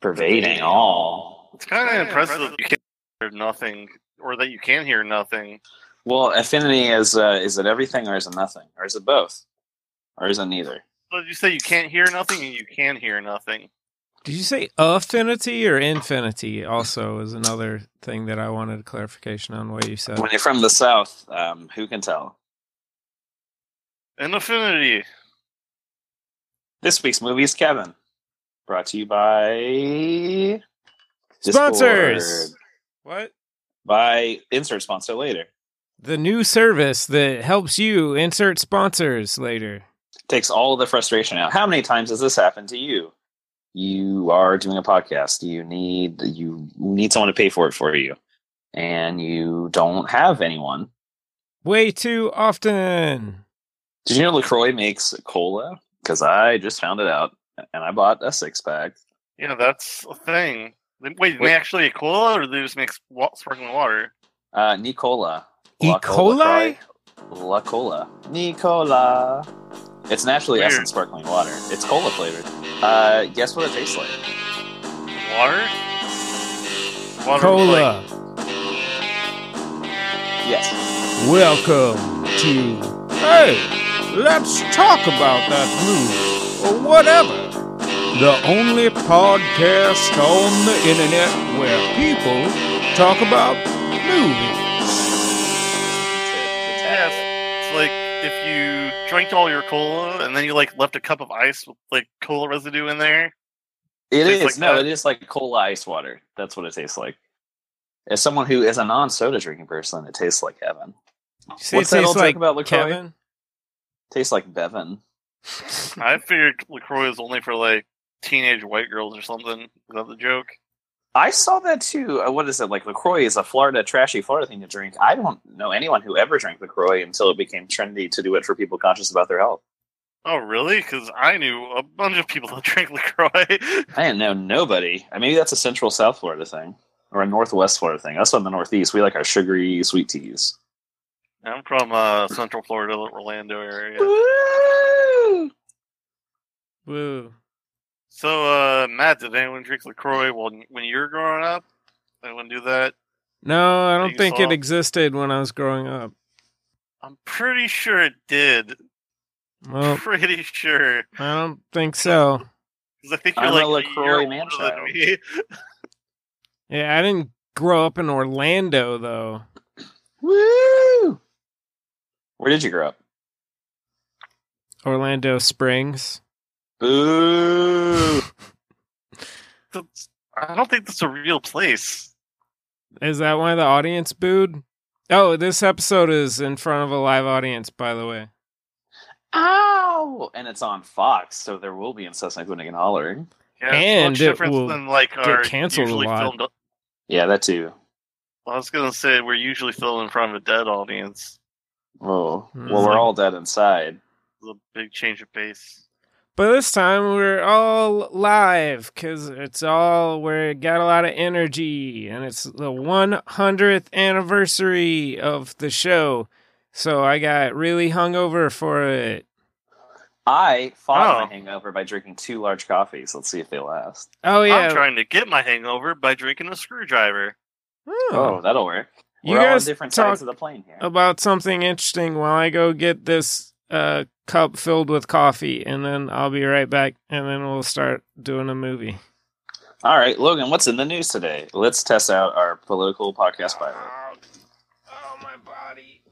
pervading all. It's kind of impressive that you can hear nothing, or that you can hear nothing. Well, affinity is uh, is it everything or is it nothing or is it both or is it neither? But you say you can't hear nothing, and you can hear nothing. Did you say affinity or infinity? Also, is another thing that I wanted a clarification on what you said. When you're from the south, um, who can tell? An affinity. This week's movie is Kevin, brought to you by Sponsors. Discord. What? by insert sponsor later. The new service that helps you insert sponsors later. takes all the frustration out. How many times has this happened to you? You are doing a podcast. You need you need someone to pay for it for you, and you don't have anyone. Way too often. Did you know Lacroix makes cola? Because I just found it out, and I bought a six pack. Yeah, that's a thing. Wait, they Wait. actually make cola, or they just make wa- sparkling water? Uh, Nicola. E. La coli? Cola. La Cola. Nicola. It's naturally Weird. essence sparkling water. It's cola flavored. Uh, guess what it tastes like? Water. Water like- Cola. Yes. Welcome to. Hey, let's talk about that movie or whatever. The only podcast on the internet where people talk about movies. Yes. yeah, it's like if you drank all your cola and then you like left a cup of ice with like cola residue in there. It is. Tastes like no, that? it is like cola ice water. That's what it tastes like. As someone who is a non soda drinking person, it tastes like heaven. See, What's it that tastes old joke like about LaCroix? Kevin? tastes like Bevan. I figured Lacroix was only for like teenage white girls or something. Is that the joke? I saw that too. Uh, What is it? Like LaCroix is a Florida, trashy Florida thing to drink. I don't know anyone who ever drank LaCroix until it became trendy to do it for people conscious about their health. Oh, really? Because I knew a bunch of people that drank Lacroix. I didn't know nobody. Uh, Maybe that's a central South Florida thing or a Northwest Florida thing. Us in the Northeast, we like our sugary sweet teas. I'm from uh, Central Florida, Orlando area. Woo! Woo. So, uh, Matt, did anyone drink Lacroix when when you were growing up? Anyone do that? No, I don't you think saw? it existed when I was growing up. I'm pretty sure it did. Well, Pretty sure. I don't think so. Because I think you're I'm a like LaCroix year older man-child. than me. Yeah, I didn't grow up in Orlando though. Woo! Where did you grow up? Orlando Springs. Boo! That's- I don't think that's a real place. Is that why the audience booed? Oh, this episode is in front of a live audience, by the way. Ow! And it's on Fox, so there will be incessant hooting and hollering. Yeah, it's And much it different will than like get our canceled a usually lot. filmed. Yeah, that too. I was gonna say we're usually filmed in front of a dead audience. Oh, Hmm. well, we're all dead inside. It's a big change of pace. But this time we're all live because it's all we're got a lot of energy and it's the 100th anniversary of the show. So I got really hungover for it. I fought Oh. my hangover by drinking two large coffees. Let's see if they last. Oh I'm yeah. trying to get my hangover by drinking a screwdriver. Oh, Oh. that'll work. You we're all on guys different talk Oh. sides of the plane here. about something interesting while I go get this uh, cup filled with coffee, and then I'll be right back, and then we'll start doing a movie. All right, Logan, what's in the news today? Let's test out our political podcast pilot. oh, my body.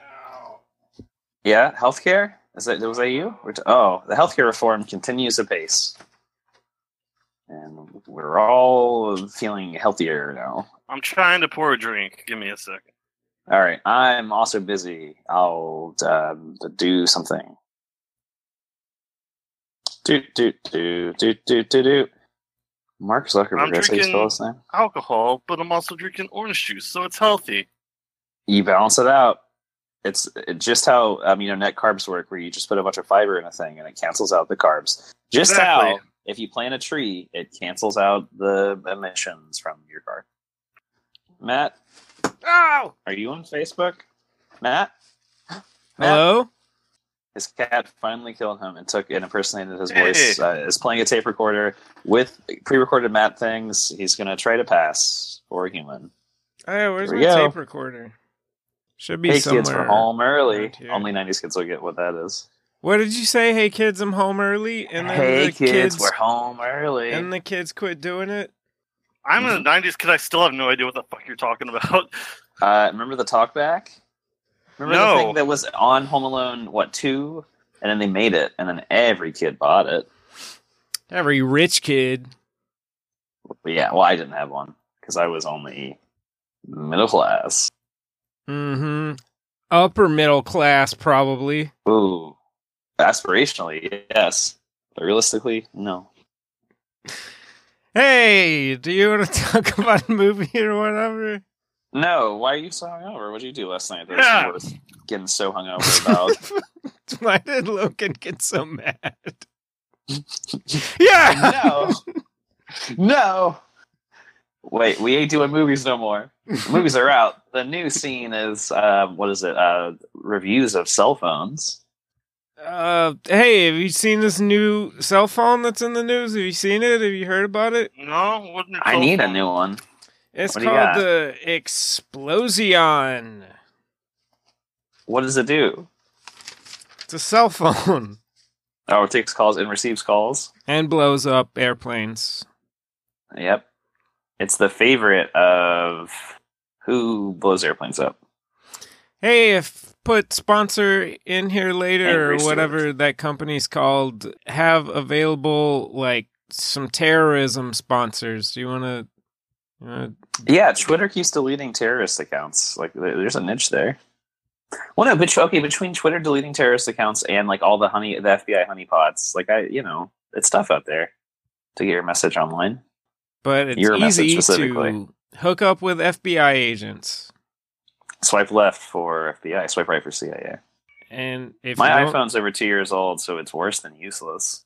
Ow. Yeah, healthcare? Is that was that you? We're t- oh, the healthcare reform continues apace, and we're all feeling healthier now. I'm trying to pour a drink. Give me a sec. All right, I'm also busy. I'll um, do something. Do do do do do do do. Mark Zuckerberg. I'm That's how you spell drinking- his name. Alcohol, but I'm also drinking orange juice, so it's healthy. You balance it out. It's just how um, you know net carbs work, where you just put a bunch of fiber in a thing and it cancels out the carbs. Just Exactly. how if you plant a tree, it cancels out the emissions from your car. Matt, Ow! are you on Facebook? Matt, Matt? Hello? His cat finally killed him and took and impersonated his Hey. voice. Uh, is playing a tape recorder with pre-recorded mat things. He's gonna try to pass for a human. Oh, yeah, where's Here my we go. tape recorder? Should be hey somewhere. kids, we're home early. around here. Only '90s kids will get what that is. What did you say? Hey kids, I'm home early, and then hey the kids, we're home early. and the kids quit doing it. I'm Mm-hmm. in the 90s because I still have no idea what the fuck you're talking about. Uh, remember the talkback? Remember No. the thing that was on Home Alone, what, two? And then they made it, and then every kid bought it. Every rich kid. But yeah, well, I didn't have one because I was only middle class. Mm-hmm. Upper middle class, probably. Ooh. Aspirationally, yes. But realistically, no. Hey, do you want to talk about a movie or whatever? No, why are you so hungover? What did you do last night that Yeah. was worth getting so hungover about? Why did Logan get so mad? yeah. no. No. Wait, we ain't doing movies no more. The movies are out. The new scene is uh, what is it? Uh, reviews of cell phones. Uh, hey, have you seen this new cell phone that's in the news? Have you seen it? Have you heard about it? No, wouldn't I need a new one. It's What do you called got? the Explosion. What does it do? It's a cell phone Oh, it takes calls and receives calls. and blows up airplanes. Yep, it's the favorite of who blows airplanes up. Hey, if put sponsor in here And later or research. whatever that company's called, have available like some terrorism sponsors. Do you want to? Yeah, Twitter keeps deleting terrorist accounts. Like, there- there's a niche there. Well, no, but okay, between Twitter deleting terrorist accounts and like all the honey, the FBI honeypots, like I, you know, it's tough out there to get your message online. but it's Your message easy specifically. to hook up with FBI agents. Swipe left for FBI. Swipe right for CIA. And if My you don't- iPhone's over two years old, so it's worse than useless.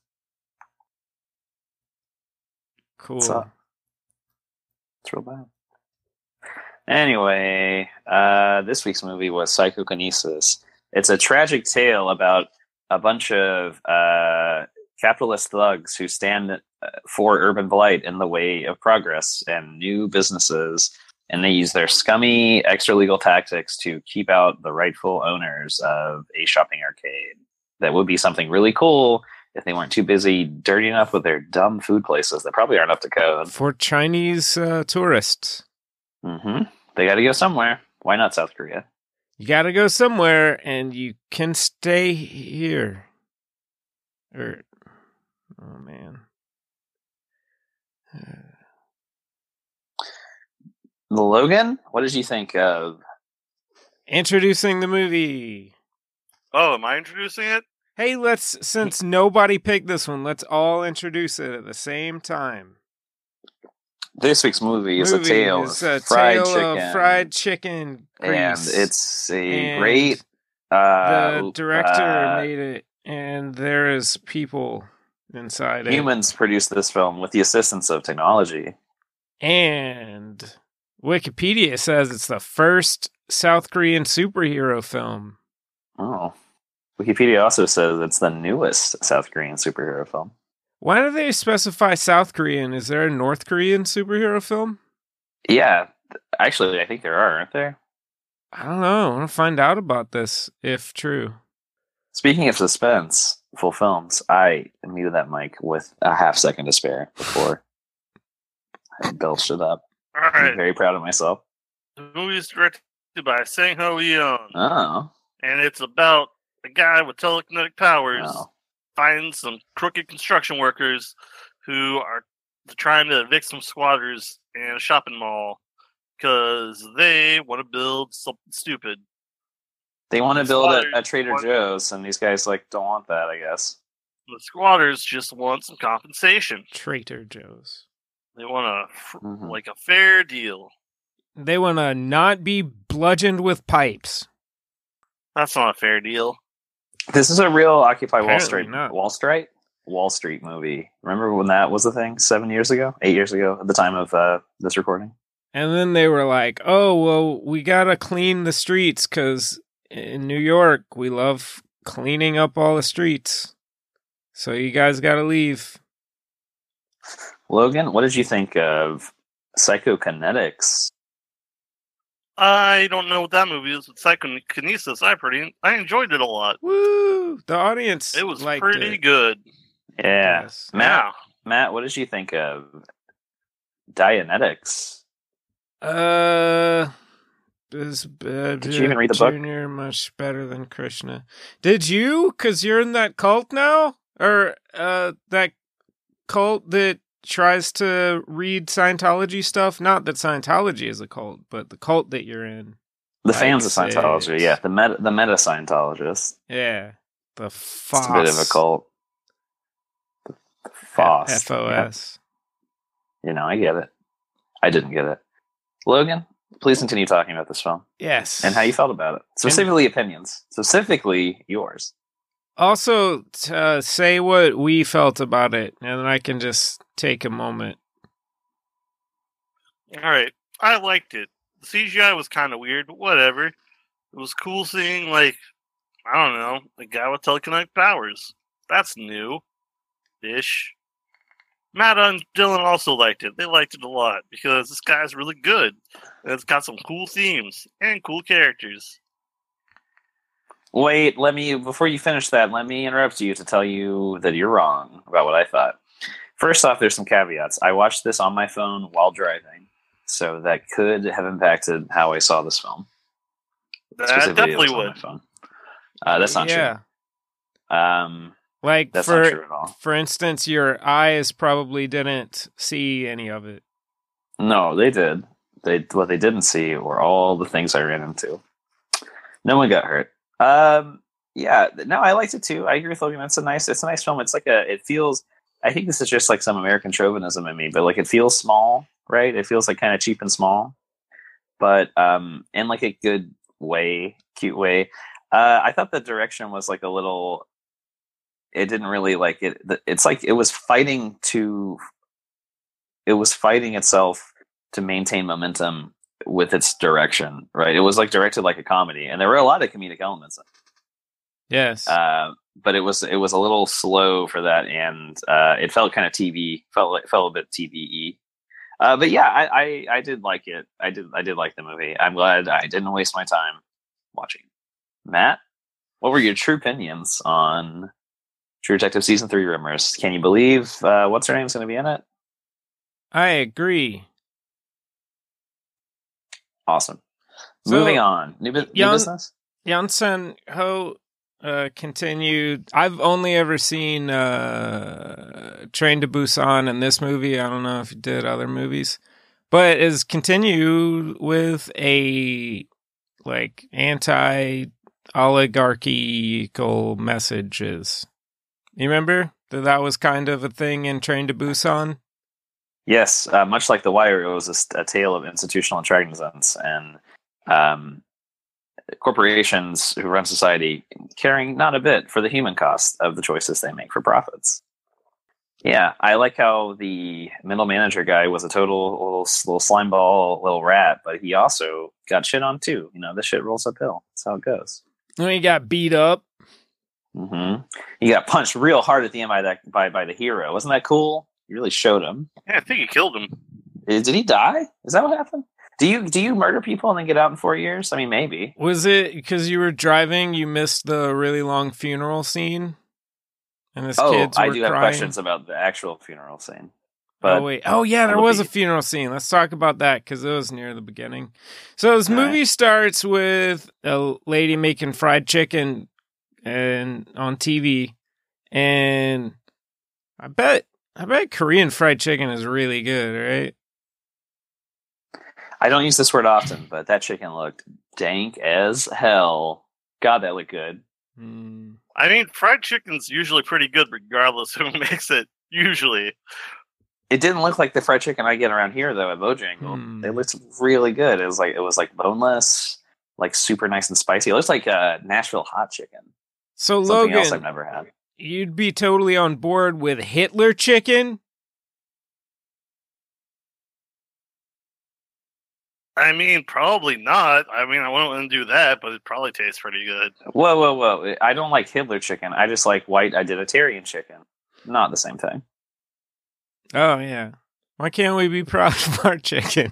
What's cool. up? It's real bad. Anyway, uh, this week's movie was Psychokinesis. It's a tragic tale about a bunch of uh, capitalist thugs who stand uh, for urban blight in the way of progress and new businesses, and they use their scummy extra legal tactics to keep out the rightful owners of a shopping arcade. That would be something really cool if they weren't too busy dirtying up with their dumb food places that probably aren't up to code. For Chinese uh, tourists, Mm-hmm. They got to go somewhere. Why not South Korea? you got to go somewhere, and you can stay here. Or, oh man. Logan, what did you think of? Introducing the movie. Oh, am I introducing it? Hey, let's since nobody picked this one, let's all introduce it at the same time. This week's movie is a tale is of a fried tale chicken, of fried chicken grease. and it's a And great. Uh, the director uh, made it, and there is people inside humans produced this film with the assistance of technology. it. And Wikipedia says it's the first South Korean superhero film. Oh, Wikipedia also says it's the newest South Korean superhero film. Why do they specify South Korean? Is there a North Korean superhero film? Yeah, th- actually, I think there are, aren't there? I don't know. I want to find out about this if true. Speaking of suspense, full films, I muted that mic with a half second to spare before I belched it up. All I'm right. very proud of myself. The movie is directed by Sang Ho Leon, Oh, and it's about a guy with telekinetic powers oh. finds some crooked construction workers who are trying to evict some squatters in a shopping mall because they want to build something stupid. They want to build a, a Trader Squatters- Joe's, and these guys like don't want that. I guess. The squatters just want some compensation. Traitor Joe's. They want a f- Hmm. Mhm. like a fair deal. They want to not be bludgeoned with pipes. That's not a fair deal. This is a real Occupy Wall Apparently Street, not. Wall Street, Wall Street movie. Remember when that was a thing? Seven years ago, eight years ago, at the time of uh, this recording. And then they were like, "Oh, well, we got to clean the streets cuz in New York, we love cleaning up all the streets. So you guys got to leave. Logan, what did you think of Psychokinetics? I don't know what that movie is, but Psychokinesis, I pretty, I enjoyed it a lot. Woo! The audience. It was liked pretty it. good. Yeah. Yes. Matt, Yeah. Matt, what did you think of Dianetics? Uh, this, uh, Did you even read the book? Junior much better than Krishna. Did you? Because you're in that cult now, or uh, that cult that tries to read Scientology stuff. Not that Scientology is a cult, but the cult that you're in. The Like fans of says- Scientology, yeah, the meta, the meta Scientologists. Yeah, the FOS. It's a bit of a cult. The FOS. F O S. You know, I get it. I didn't get it. Logan, please continue talking about this film Yes. and how you felt about it. Specifically, opinions. Specifically, yours. also t- uh, say what we felt about it, and then I can just take a moment. All right, I liked it. The CGI was kind of weird, but whatever. It was cool seeing like I don't know a guy with telekinetic powers. That's new, ish. Matt and Dylan also liked it. They liked it a lot because this guy's really good. And it's got some cool themes and cool characters. Wait, let me before you finish that, let me interrupt you to tell you that you're wrong about what I thought. First off, there's some caveats. I watched this on my phone while driving, so that could have impacted how I saw this film. That Specifically, it was definitely on would. my phone. Uh, that's not yeah. true. Um, Like that's for not true at all. for instance, your eyes probably didn't see any of it. No, they did. They what they didn't see were all the things I ran into. No one got hurt. Um, yeah, th- no, I liked it too. I agree with Logan. It's a nice, it's a nice film. It's like a, it feels. I think this is just like some American chauvinism in me, but like it feels small, right? It feels like kind of cheap and small, but um, in like a good way, cute way. Uh, I thought the direction was like a little. It didn't really like it. th- It's like it was fighting to. It was fighting itself to maintain momentum with its direction, right? It was like directed like a comedy, and there were a lot of comedic elements. Yes. Uh, but it was it was a little slow for that, and uh, it felt kind of TV felt like felt a bit TVE. Uh, but yeah, I, I I did like it. I did I did like the movie. I'm glad I didn't waste my time watching. it. Matt, what were your true opinions on True Detective season three rumors? Can you believe uh, what's her name's going to be in it? I agree. Awesome. So- Moving on, new, bu- new Young- business. Janssen Ho uh, continued. I've only ever seen uh, Train to Busan in this movie. I don't know if he did other movies, but is continue with a like anti oligarchical messages. You remember that that was kind of a thing in Train to Busan. Yes, uh, much like The Wire, it was a, st- a tale of institutional intransigence and um, corporations who run society caring not a bit for the human cost of the choices they make for profits. Yeah, I like how the middle manager guy was a total little, little slime ball, little rat, but he also got shit on too. You know, this shit rolls uphill. That's how it goes. When he got beat up. hmm He got punched real hard at the end by that by by the hero. Wasn't that cool? He really showed him. Yeah, I think he killed him. Uh, Did he die? Is that what happened? Do you do you murder people and then get out in four years? I mean, maybe. Was it because you were driving? You missed the really long funeral scene, and his Oh, kids were I do crying. have questions about the actual funeral scene. But oh wait, oh yeah, there That'll was a be- funeral scene. Let's talk about that because it was near the beginning. So this All movie starts with a lady making fried chicken and on TV, and I bet I bet Korean fried chicken is really good, right? I don't use this word often, but that chicken looked dank as hell. God, that looked good. Hmm. I mean, fried chicken's usually pretty good, regardless who makes it. Usually, It didn't look like the fried chicken I get around here though at Bojangles. Hmm. It looked really good. It was like it was like boneless, like super nice and spicy. It looks like uh, Nashville hot chicken. So Something else I've Oh, Logan, never had. you'd be totally on board with Hitler chicken. I mean, probably not. I mean, I wouldn't do that, but it probably tastes pretty good. Whoa, whoa, whoa! I don't like Hitler chicken. I just like white identitarian chicken. Not the same thing. Oh yeah. Why can't we be proud of our chicken?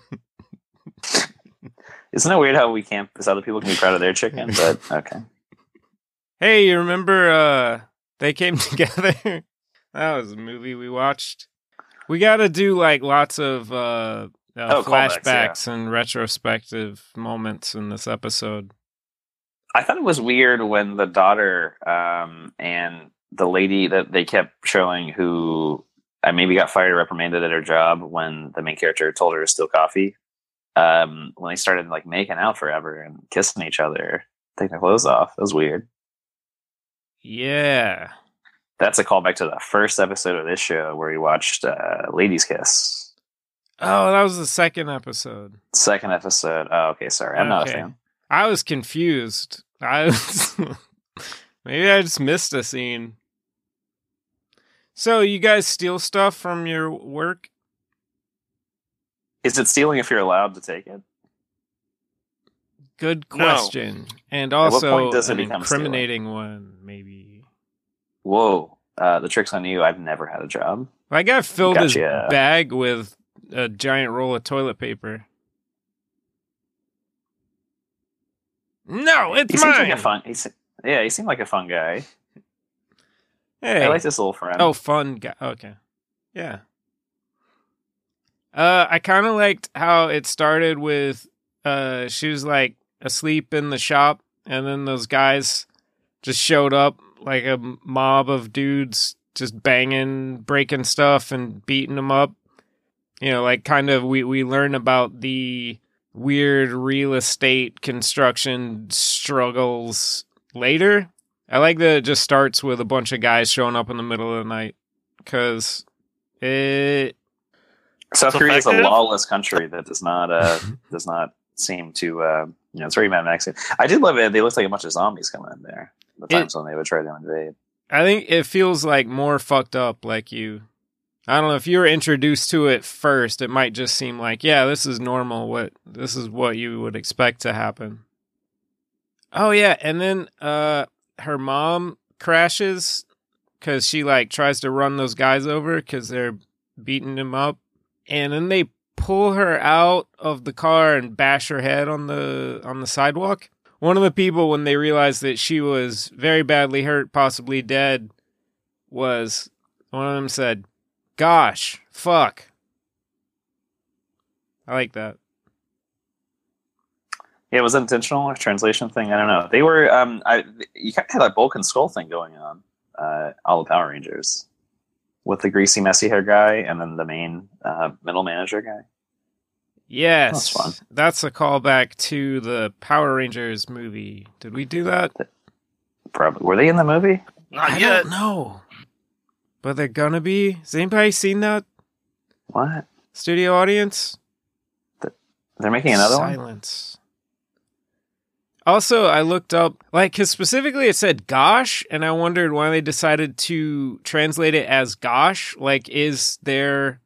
Isn't it weird how we can't? Because other people can be proud of their chicken, but okay. Hey, you remember uh they came together? that was a movie we watched. We got to do like lots of uh, uh Oh, callbacks, flashbacks and retrospective moments in this episode. I thought it was weird when the daughter um, and the lady that they kept showing who I maybe got fired or reprimanded at her job when the main character told her to steal coffee. Um, when they started like making out forever and kissing each other, taking their clothes off. It was weird. Yeah. That's a callback to the first episode of this show where we watched uh, Ladies Kiss. Oh, that was the second episode. Second episode. Oh, okay. Sorry. I'm not a Okay. fan. I was confused. I was maybe I just missed a scene. So you guys steal stuff from your work? Is it stealing if you're allowed to take it? Good No. question. And what also point does it an become incriminating one, maybe. Whoa. Uh, the trick's on you. I've never had a job. I got filled his Gotcha. bag with a giant roll of toilet paper. No, He it's seems like a mine. fun. He, se- yeah, he seemed like a fun guy. hey. I like this little friend. Oh, fun guy. Okay. Yeah. Uh, I kind of liked how it started with uh, she was like asleep in the shop, and then those guys just showed up like a mob of dudes just banging, breaking stuff, and beating them up. You know, like kind of we we learn about the weird real estate construction struggles later I like that it just starts with a bunch of guys showing up in the middle of the night because it. South it's Korea is a effective? lawless country that does not uh, does not seem to uh, you know it's very Mad Max. I did love it. They looked like a bunch of zombies coming in there. The It- times when they would try to invade. I think it feels like more fucked up. Like you, I don't know if you were introduced to it first, it might just seem like yeah, this is normal. What this is what you would expect to happen. Oh yeah, and then uh, her mom crashes because she like tries to run those guys over because they're beating him up, and then they pull her out of the car and bash her head on the on the sidewalk. One of the people, when they realized that she was very badly hurt, possibly dead, was one of them said, "Gosh, fuck." I like that. Yeah, was that intentional or translation thing? I don't know. They were. Um, I you kind of had that Bulk and Skull thing going on. Uh, all the Power Rangers with the greasy, messy hair guy, and then the main uh, middle manager guy. Yes, That's fun. that's a callback to the Power Rangers movie. Did we do that? Probably were they in the movie? Not I yet. don't know, but they're gonna be. Has anybody seen that What? studio audience? They're making another one. Silence. Also, I looked up, like, because specifically it said gosh, and I wondered why they decided to translate it as gosh. Like, is there.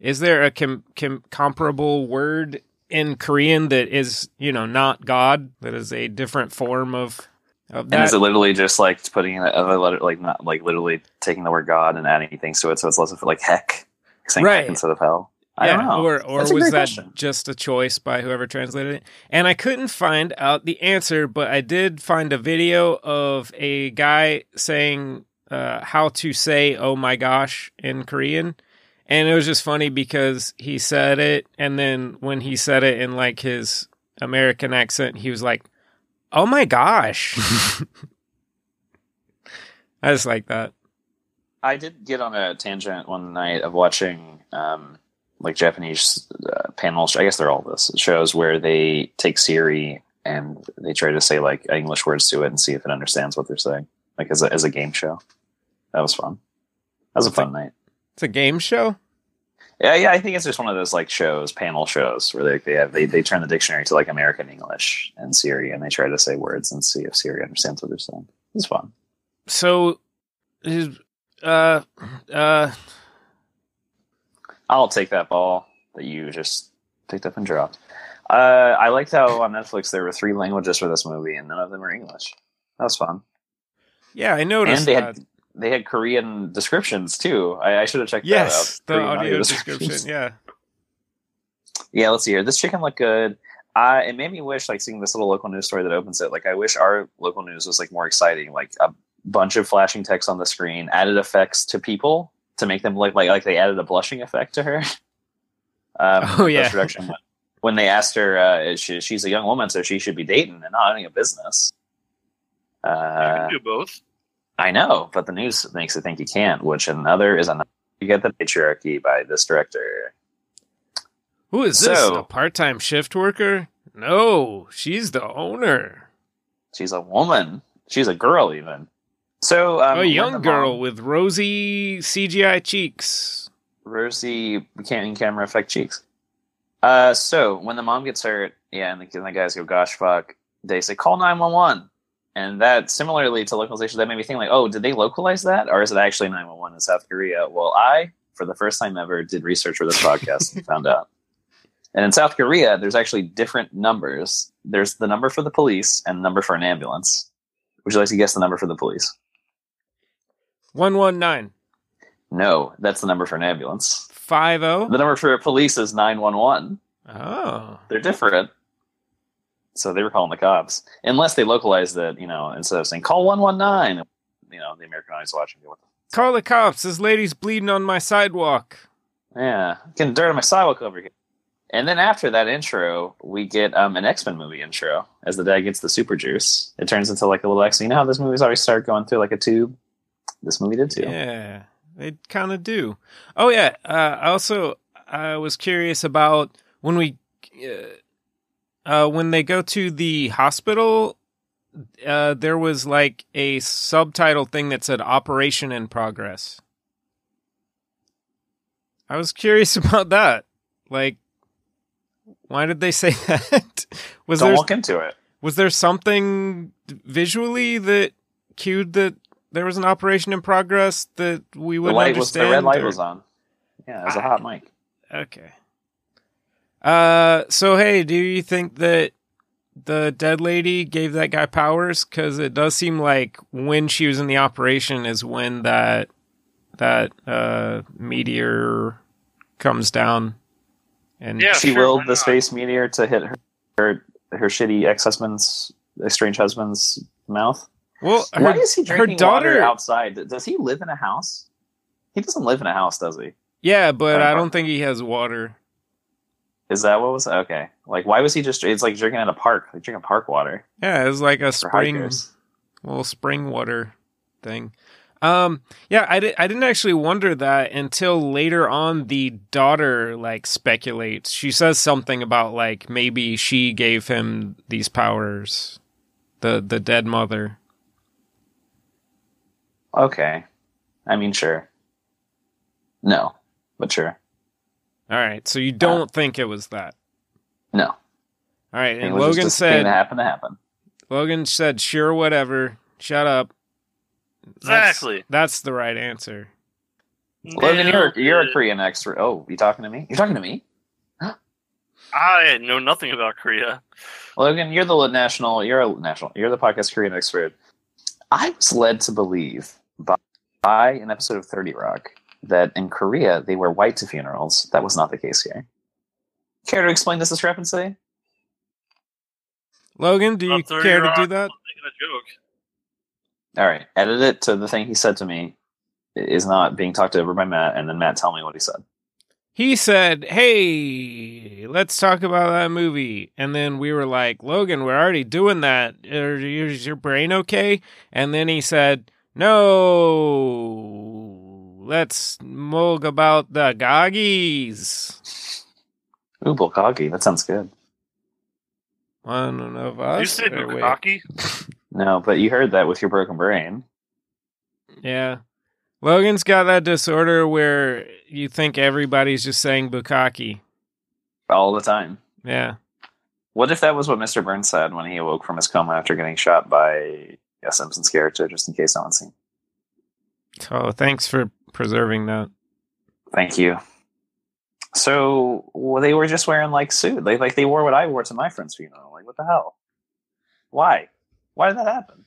Is there a com- com- comparable word in Korean that is, you know, not God? That is a different form of, of And is that. it literally just like putting in another letter, like not like literally taking the word God and adding things to it, so it's less of like heck, saying Right. heck instead of hell? I yeah, don't know. Or or That's a was that great question. just a choice by whoever translated it? And I couldn't find out the answer, but I did find a video of a guy saying uh, how to say "oh my gosh" in Korean, and it was just funny because he said it, and then when he said it in like his American accent, he was like, "Oh my gosh." I just like that. I did get on a tangent one night of watching um, like Japanese uh, panels. I guess they're all this shows where they take Siri and they try to say like English words to it and see if it understands what they're saying, like as a, as a game show. That was fun. That was a fun night. It's a game show. Yeah, yeah, I think it's just one of those like shows, panel shows, where they they have they, they turn the dictionary to like American English and Siri, and they try to say words and see if Siri understands what they're saying. It's fun. So, is- uh, uh, I'll take that ball that you just picked up and dropped. Uh, I liked how on Netflix there were three languages for this movie, and none of them are English. That was fun. Yeah, I And noticed they that. had they had Korean descriptions too. I, I should have checked yes, that out. the Korean audio description. Yeah. Yeah, let's see here. This chicken looked good. Uh, it made me wish, like, seeing this little local news story that opens it. Like, I wish our local news was like more exciting. Like a bunch of flashing text on the screen, added effects to people to make them look like like they added a blushing effect to her. um, Oh, yeah. post-production when, when they asked her, uh, is she, she's a young woman, so she should be dating and not owning a business. you Uh, can do both. I know, but the news makes it think you can't. Which another is another. You get the patriarchy by this director. Who is this? So- a part-time shift worker? No, she's the owner. She's a woman. She's a girl, even. So um, a when young the mom- girl with rosy CGI cheeks. rosy can camera effect cheeks. Uh, so when the mom gets hurt, yeah, and the, and the guys go, "Gosh, fuck," they say, "Call nine one one." And that, similarly to localization, that made me think like, "Oh, did they localize that, or is it actually nine one one in South Korea?" Well, I, for the first time ever, did research for this podcast and found out. And in South Korea, there's actually different numbers. There's the number for the police and the number for an ambulance. Would you like to guess the number for the police? One one nine No, that's the number for an ambulance. five The zero. number for police is 911. Oh, They're different. So they were calling the cops. Unless they localized that, you know, instead of saying, call 119, you know, the American audience watching. What the, call the cops! This lady's bleeding on my sidewalk. yeah, getting dirt on my sidewalk over here. And then after that intro, we get um, an X Men movie intro as the dad gets the super juice. It turns into like a little X. You know how this movie's always start going through like a tube? This movie did too. Yeah, they kind of do. Oh yeah. Uh, also, I was curious about when we, uh, uh, when they go to the hospital. Uh, there was like a subtitle thing that said "Operation in Progress." I was curious about that. Like, why did they say that? was Don't there look into it. was there something visually that cued that there was an operation in progress that we The wouldn't light was understand? the red light or- was on. Yeah, it was a hot mic. Okay. Uh, so hey, do you think that the dead lady gave that guy powers? Because it does seem like when she was in the operation is when that that uh meteor comes down. And Yeah, she sure, why willed Mm, the not? space meteor to hit her her, her shitty ex husband's estranged husband's mouth. well, her, Why is he her drinking daughter- water outside? Does he live in a house? He doesn't live in a house, does he? yeah, Her but I don't apartment. think he has water. Is that what was okay? Like, why was he just? It's like drinking at a park, like drinking park water Yeah, it's like a for spring. hikers. little spring water thing. Um, yeah, I, di- I didn't actually wonder that until later on. The daughter like speculates. She says something about like maybe she gave him these powers, the the dead mother. Okay, I mean, sure. No, but sure. All right, so you don't think it was that. Uh, No, All right, It and was just Logan this thing that said. happened to happen. Logan said, "Sure, whatever. Shut up." That's- Exactly. that's the right answer. Logan, you're Nailed you're uh, a it. Korean expert. Oh, you talking to me? You're talking to me, I know nothing about Korea. Logan. You're the national. You're a national. You're the podcast Korean expert. I was led to believe by, by an episode of Thirty Rock that in Korea they wear white to funerals. That was not the case here. Care to explain this discrepancy? Logan, do you About 30 care to do rock. that? Making a joke. All right, edit it to the thing he said to me is not being talked over by Matt, and then Matt tell me what he said. he said, "Hey, let's talk about that movie." And then we were like, "Logan, we're already doing that. Are- Is your brain okay?" And then he said, "No, let's moog about the goggies. Ooh, bulgogi. That sounds good. One of You us." said or wait. Bukaki? No, but you heard that with your broken brain. Yeah. Logan's got that disorder where you think everybody's just saying bukkake. all the time. Yeah. What if that was what Mr. Burns said when he awoke from his coma after getting shot by a Simpsons character, just in case no one's seen? Oh, thanks for preserving that. Thank you. So well, they were just wearing like suit. They like they wore what I wore to my friend's funeral. Like what the hell? Why? Why did that happen?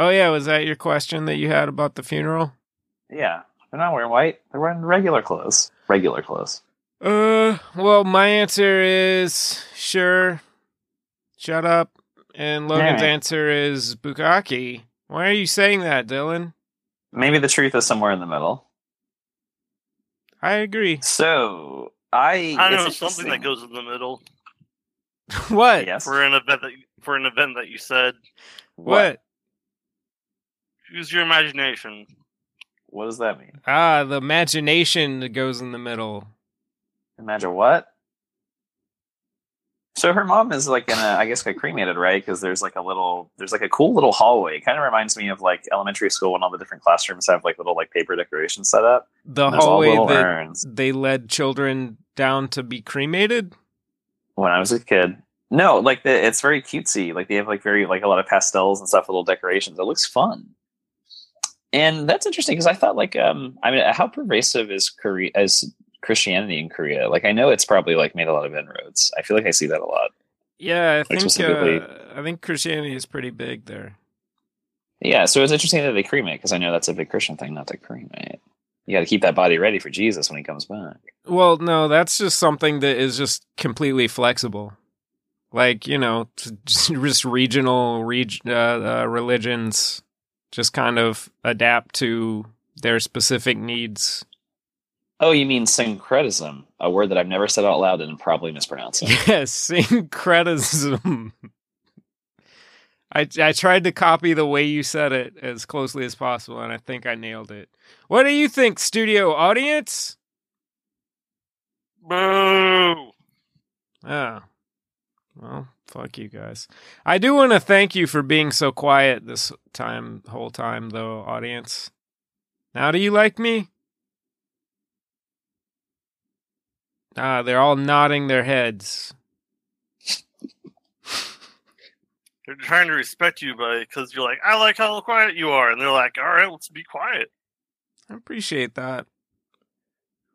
Oh yeah, was that your question that you had about the funeral? Yeah, they're not wearing white. They're wearing regular clothes. Regular clothes. Uh, well, my answer is sure. Shut up. And Logan's Yeah. answer is Bukaki. Why are you saying that, Dylan? Maybe the truth is somewhere in the middle. I agree. So I I it's know something that interesting. goes in the middle what? Yes. for an event that for an event that you said. What? Use your imagination. What does that mean? Ah, the imagination that goes in the middle. Imagine what? So her mom is like in a, I guess, got cremated, right? Because there's like a little, there's like a cool little hallway. It kind of reminds me of like elementary school when all the different classrooms have like little like paper decorations set up. The And there's all hallway little that urns. they led children down to be cremated. When I was a kid, no, like the, it's very cutesy. Like they have like very like a lot of pastels and stuff, little decorations. It looks fun, and that's interesting because I thought like, um, I mean, how pervasive is Korea as Christianity in Korea? Like I know it's probably like made a lot of inroads. I feel like I see that a lot. Yeah, I think specifically- uh, I think Christianity is pretty big there. Yeah, so it's interesting that they cremate because I know that's a big Christian thing not to cremate. You got to keep that body ready for Jesus when he comes back. Well, no, that's just something that is just completely flexible. Like, you know, t- just regional reg- uh, uh, religions just kind of adapt to their specific needs. Oh, you mean syncretism, a word that I've never said out loud and probably mispronouncing. Yes, syncretism. I, I tried to copy the way you said it as closely as possible, and I think I nailed it. What do you think, studio audience? Boo! Oh. Well, fuck you guys. I do want to thank you for being so quiet this time, whole time, though, audience. Now, do you like me? Ah, they're all nodding their heads. They're trying to respect you by because you're like, I like how quiet you are, and they're like, all right, let's be quiet. I appreciate that.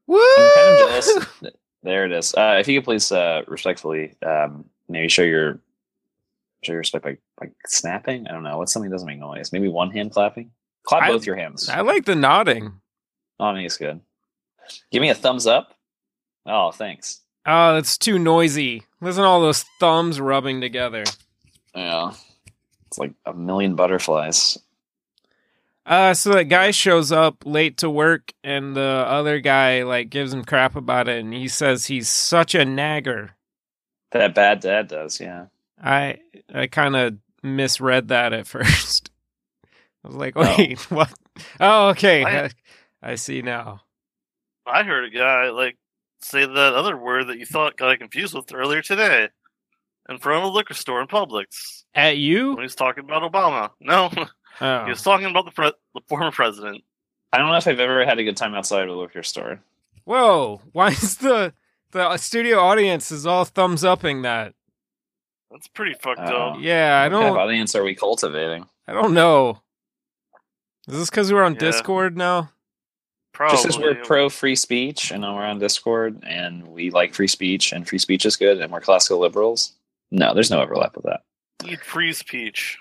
Woo! I'm kind of jealous. There it is. Uh, if you could please uh, respectfully um, maybe show your show your respect by, by snapping. I don't know. What's something that doesn't make noise? Maybe one hand clapping. Clap I- both your hands. I like the nodding. oh, I think it's good. Give me a thumbs up. Oh, thanks. Oh, that's too noisy. Listen to all those thumbs rubbing together. Yeah, it's like a million butterflies. Uh, so that guy shows up late to work, and the other guy like gives him crap about it, and he says he's such a nagger. That bad dad does, yeah. I I kind of misread that at first. I was like, wait, what? Oh, okay, I, I- I see now. I heard a guy like say that other word that you thought got confused with earlier today, in front of a liquor store in Publix At when he you? was talking about Obama. No, Oh. he was talking about the pre- the former president. I don't know if I've ever had a good time outside of a liquor store. Whoa! Why is the the studio audience is all thumbs upping that? That's pretty fucked Uh, up. Yeah, I What kind of don't. audience are we cultivating? I don't know. Is this because we're on Yeah. Discord now? Probably. Just as we're pro free speech and we're on Discord and we like free speech and free speech is good and we're classical liberals. No, there's no overlap with that. Need free speech.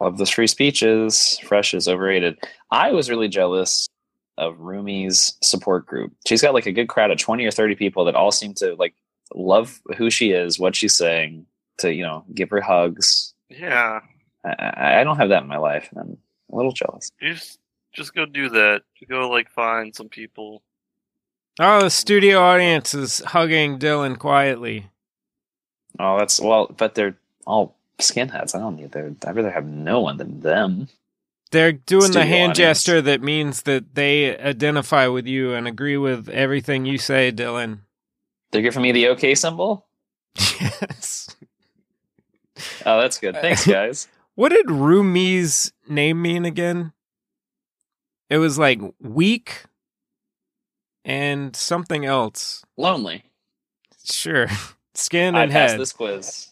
Love those free speeches. Fresh is overrated. I was really jealous of Rumi's support group. She's got like a good crowd of 20 or 30 people that all seem to like love who she is, what she's saying, to, you know, give her hugs. Yeah, I- I, I don't have that in my life and I'm a little jealous. you just just go do that. Go like find some people. Oh, the studio audience is hugging Dylan quietly. Oh, that's well, but they're all skinheads. I don't need their. I'd rather have no one than them. They're doing Studio the hand audience. gesture that means that they identify with you and agree with everything you say, Dylan. They're giving me the OK symbol. yes. Oh, that's Uh, good. Thanks, guys. What did Rumi's name mean again? It was like weak and something else. Lonely. Sure. Skin I and passed head. this quiz.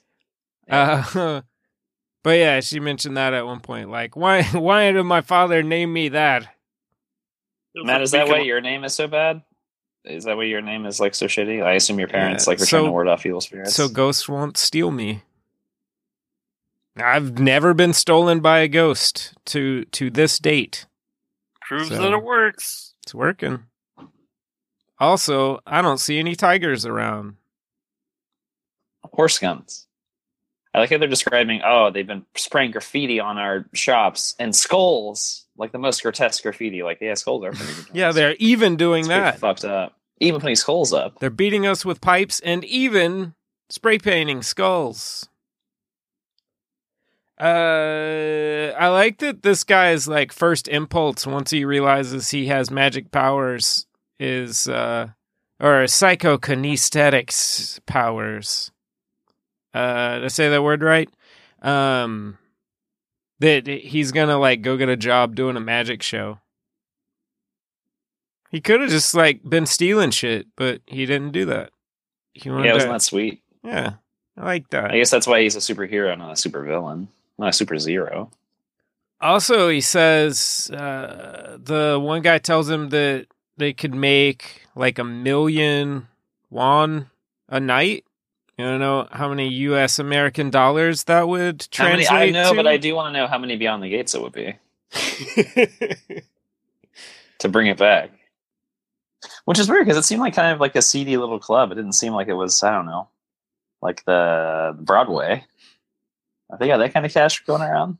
Uh, but yeah, she mentioned that at one point. Like, why why did my father name me that? It was Matt, like is that weekend- why your name is so bad? Is that why your name is like so shitty? I assume your parents Yeah, like were so- trying to ward off evil spirits. So ghosts won't steal me. I've never been stolen by a ghost to to this date. Proves So- that it works. It's working. Also, I don't see any tigers around. horse guns. I like how they're describing. Oh, they've been spraying graffiti on our shops and skulls, like the most grotesque graffiti. Like yeah, skulls are. pretty good. Yeah, they're even doing It's pretty that. fucked up. Even putting skulls up. They're beating us with pipes and even spray painting skulls. Uh, I like that this guy's like first impulse once he realizes he has magic powers is uh or psychokinesthetics powers. Uh, did I say that word right? Um, that he's gonna like go get a job doing a magic show. He could have just like been stealing shit, but he didn't do that. He wanted Yeah, to, wasn't that sweet? yeah, I like that. I guess that's why he's a superhero, not a supervillain, not a super zero. also he says uh, the one guy tells him that they could make like a million won a night you don't know how many us american dollars that would How many- translate I know, to? but I do want to know how many beyond the gates it would be to bring it back. Which is weird because it seemed like kind of like a seedy little club. It didn't seem like it was I don't know, like the Broadway. Have They got that kind of cash going around.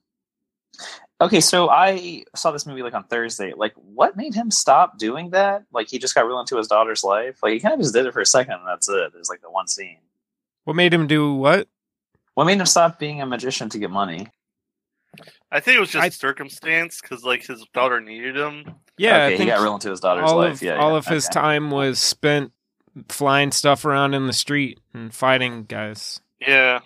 Okay, so I saw this movie like on Thursday. Like, what made him stop doing that? Like, he just got real into his daughter's life. Like, he kind of just did it for a second, and that's it. There's like the one scene. what made him do what What made him stop being a magician to get money? I think it was just I- circumstance because like his daughter needed him. yeah okay, i he think got real into his daughter's all life. of, yeah, all yeah, of his okay. time was spent flying stuff around in the street and fighting guys Yeah,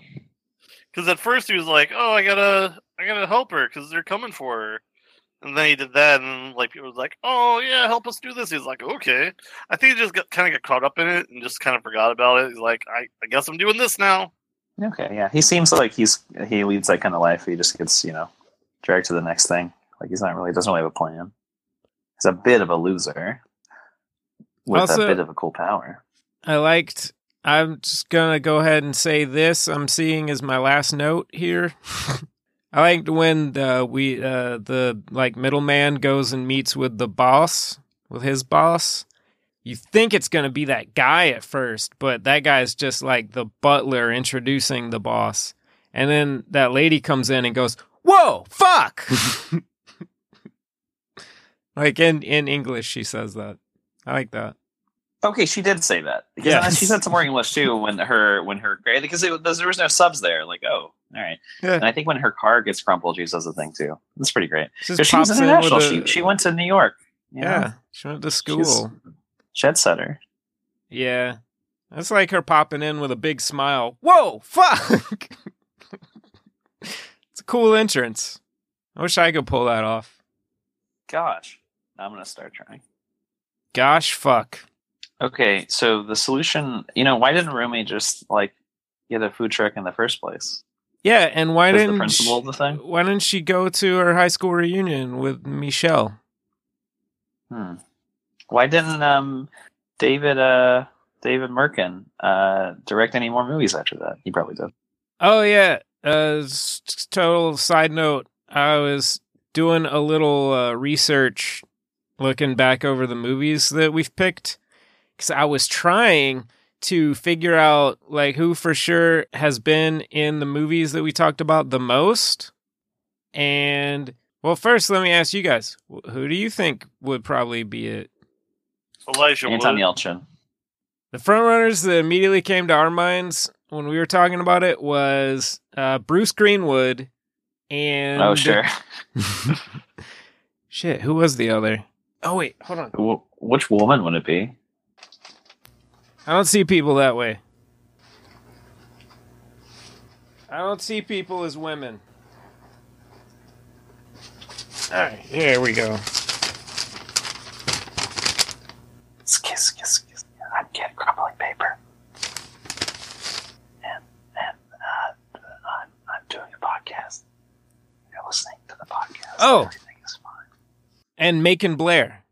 because at first he was like, "Oh, I gotta, I gotta help her because they're coming for her," and then he did that, and like people was like, "Oh yeah, help us do this." He's like, "Okay." I think he just got kind of got caught up in it and just kind of forgot about it. He's like, "I, I guess I'm doing this now." Okay, yeah, he seems like he's he leads that kind of life. He just gets you know dragged to the next thing. Like he's not really doesn't really have a plan. He's a bit of a loser with Also- a bit of a cool power. I liked. I'm just gonna go ahead and say this. I'm seeing is my last note here. I liked when the we uh, the like middleman goes and meets with the boss with his boss. You think it's gonna be that guy at first, but that guy's just like the butler introducing the boss, and then that lady comes in and goes, "Whoa, fuck!" like in in English, she says that. I like that. Okay, she did say that. Yeah, Yes. she said some more English too when her when her because it, was- there was no subs there. Like, oh, all right. Yeah. And I think when her car gets crumpled, she says a thing too. That's pretty great. Just 'Cause She was pops in with international. a- She she went to New York. you know? Yeah, she went to school. jet setter. Yeah, that's like her popping in with a big smile. Whoa, fuck! it's a cool entrance. I wish I could pull that off. Gosh, I'm gonna start trying. Gosh, fuck. Okay, so the solution, you know, why didn't Rumi just like get a food truck in the first place? Yeah, and why Is didn't the principle of the She, thing? why didn't she go to her high school reunion with Michelle? Hmm. Why didn't um David uh David Merkin uh direct any more movies after that? He probably did. Oh yeah. Uh, s- s- total side note. I was doing a little uh, research, looking back over the movies that we've picked, because I was trying to figure out like who for sure has been in the movies that we talked about the most. And well, first let me ask you guys, wh- who do you think would probably be it? Elijah Anton Wood. Yelchin. The front runners that immediately came to our minds when we were talking about it was uh, Bruce Greenwood and Oh sure. Shit, who was the other? Oh wait, hold on. Wh- Which woman would it be? I don't see people that way. I don't see people as women. All right, here we go. It's kiss, kiss, kiss. I'm getting crumbling paper. And and uh, I'm I'm doing a podcast. You're listening to the podcast. Oh. Everything is fine. And Macon Blair.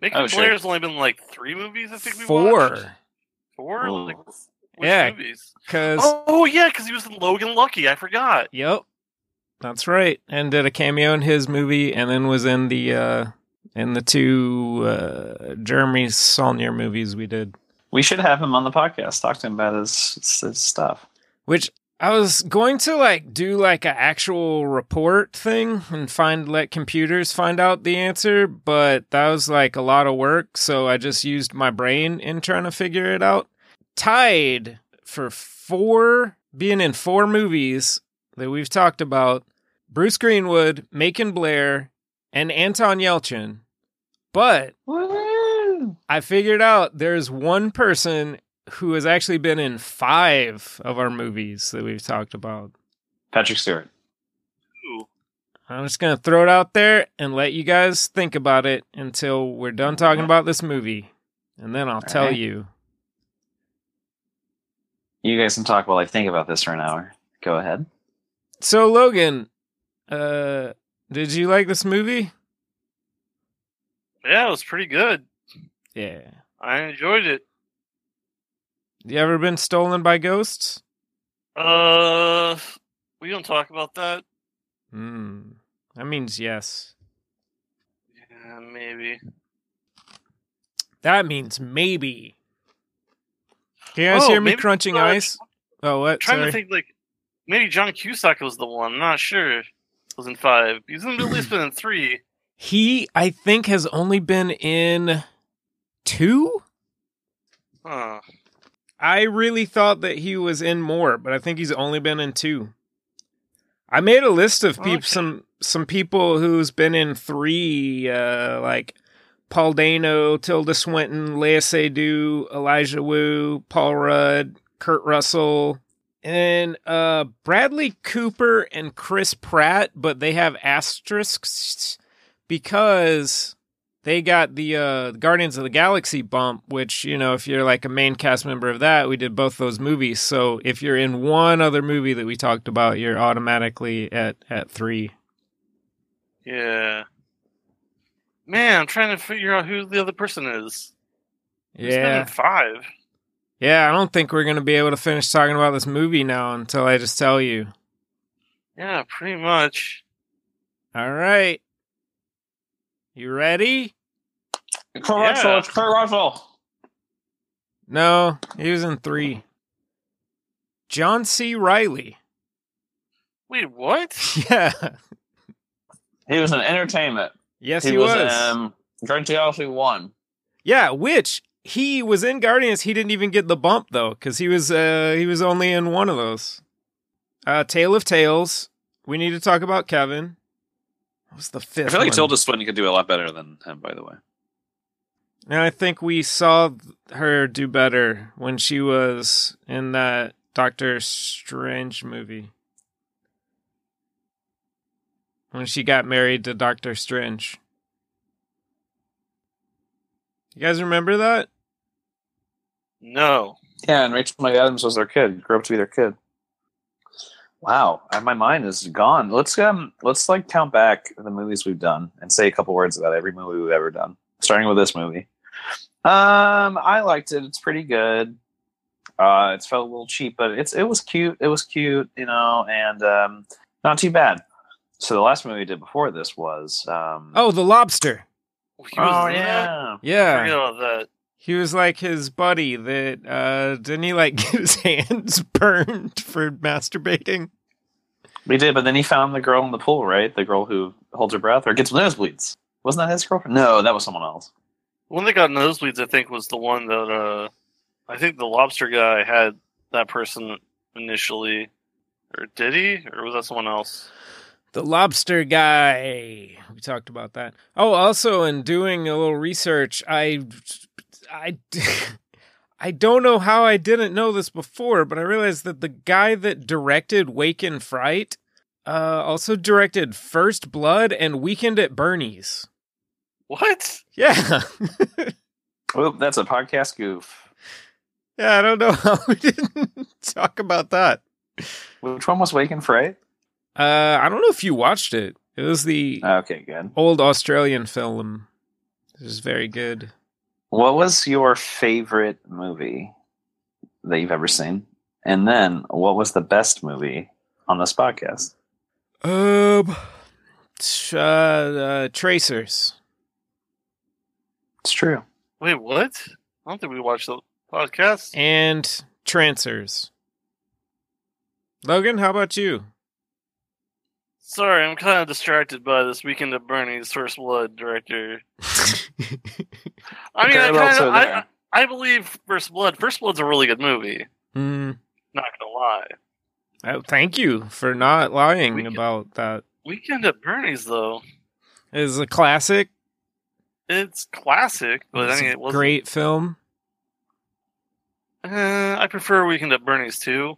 Nick Oh, and sure. Blair's only been like three movies. I think we watched. Four. Four. Ooh. Like, which Yeah. movies? Because, Oh yeah, because he was in Logan Lucky. I forgot. yep, that's right. And did a cameo in his movie and then was in the, uh, in the two uh, Jeremy Saulnier movies we did. We should have him on the podcast. Talk to him about his, his stuff. which I was going to like do like an actual report thing and find let computers find out the answer, but that was like a lot of work, so I just used my brain in trying to figure it out. Tied for four being in four movies that we've talked about, Bruce Greenwood, Macon Blair, and Anton Yelchin. But Woo! I figured out there's one person who has actually been in five of our movies that we've talked about. Patrick Stewart. Ooh. I'm just going to throw it out there and let you guys think about it until we're done talking about this movie. And then I'll tell right. you. You guys can talk while I think about this for an hour. Go ahead. So, Logan, uh, did you like this movie? Yeah, it was pretty good. Yeah. I enjoyed it. You ever been stolen by ghosts? Uh, we don't talk about that. Hmm. That means yes. Yeah, maybe. That means maybe. Can you guys Oh, hear me maybe- crunching uh, ice? Oh, what? I'm trying Sorry. to think, like maybe John Cusack was the one. I'm not sure. Was in five. He's in at least been in three. He, I think, has only been in two. Huh. I really thought that he was in more, but I think he's only been in two. I made a list of peop Okay. some some people who's been in three, uh, like Paul Dano, Tilda Swinton, Lea Seydoux, Elijah Wu, Paul Rudd, Kurt Russell, and uh, Bradley Cooper and Chris Pratt, but they have asterisks because they got the uh, Guardians of the Galaxy bump, which you know, if you're like a main cast member of that, we did both those movies. So if you're in one other movie that we talked about, you're automatically at at three. Yeah. Man, I'm trying to figure out who the other person is. He's been in Yeah, five. yeah. I don't think we're gonna be able to finish talking about this movie now until I just tell you. Yeah, pretty much. All right, you ready? Kurt Yeah. Russell. It's Kurt Russell. No, he was in three. John C. Riley. Wait, what? yeah. He was in entertainment. Yes, he, he, was, was. um Guardians of the Galaxy One. Yeah, which he was in Guardians. He didn't even get the bump though, because he was uh he was only in one of those. Uh Tale of Tales. We need to talk about Kevin. What was the fifth? I feel like one? Tilda Swinton could do a lot better than him, by the way. And I think we saw her do better when she was in that Doctor Strange movie. When she got married to Doctor Strange. You guys remember that? No. Yeah, and Rachel McAdams was their kid. Grew up to be their kid. Wow, I- my mind is gone. Let's um, let's like count back the movies we've done and say a couple words about every movie we've ever done, starting with this movie. Um, I liked it. It's pretty good. Uh, it's felt a little cheap, but it's it was cute. It was cute, you know, and um, not too bad. So the last movie we did before this was um, Oh, The Lobster. He was oh in that? yeah, Yeah. Forget about that. He was like his buddy that uh didn't he like get his hands burned for masturbating? we did. But then he found the girl in the pool, right? The girl who holds her breath or gets nosebleeds. Wasn't that his girlfriend? No, that was someone else. One that got nosebleeds, I think, was the one that uh, I think the lobster guy had that person initially, or did he, or was that someone else? The lobster guy. We talked about that. Oh, also in doing a little research, I I I don't know how I didn't know this before, but I realized that the guy that directed Wake and Fright uh also directed First Blood and Weekend at Bernie's. What? Yeah. Oh, that's a podcast goof. yeah, I don't know how we didn't talk about that. Which one was Waking Fright? Uh, I don't know if you watched it. It was the Okay, good. old Australian film. It was very good. What was your favorite movie that you've ever seen? And then, what was the best movie on this podcast? Um, sh- uh, uh, Tracers. It's true. Wait, what? I don't think we watched the podcast. and Trancers. Logan, how about you? Sorry, I'm kind of distracted by this weekend of Bernie's First Blood director. I mean, I Parallels kind of are I, there. I believe First Blood. First Blood's a really good movie. Hmm. Not gonna lie. oh, thank you for not lying We can- about that. Weekend at Bernie's though, It is a classic. it's classic, but It's I mean, a it was great film. Uh, I prefer Weekend at Bernie's too.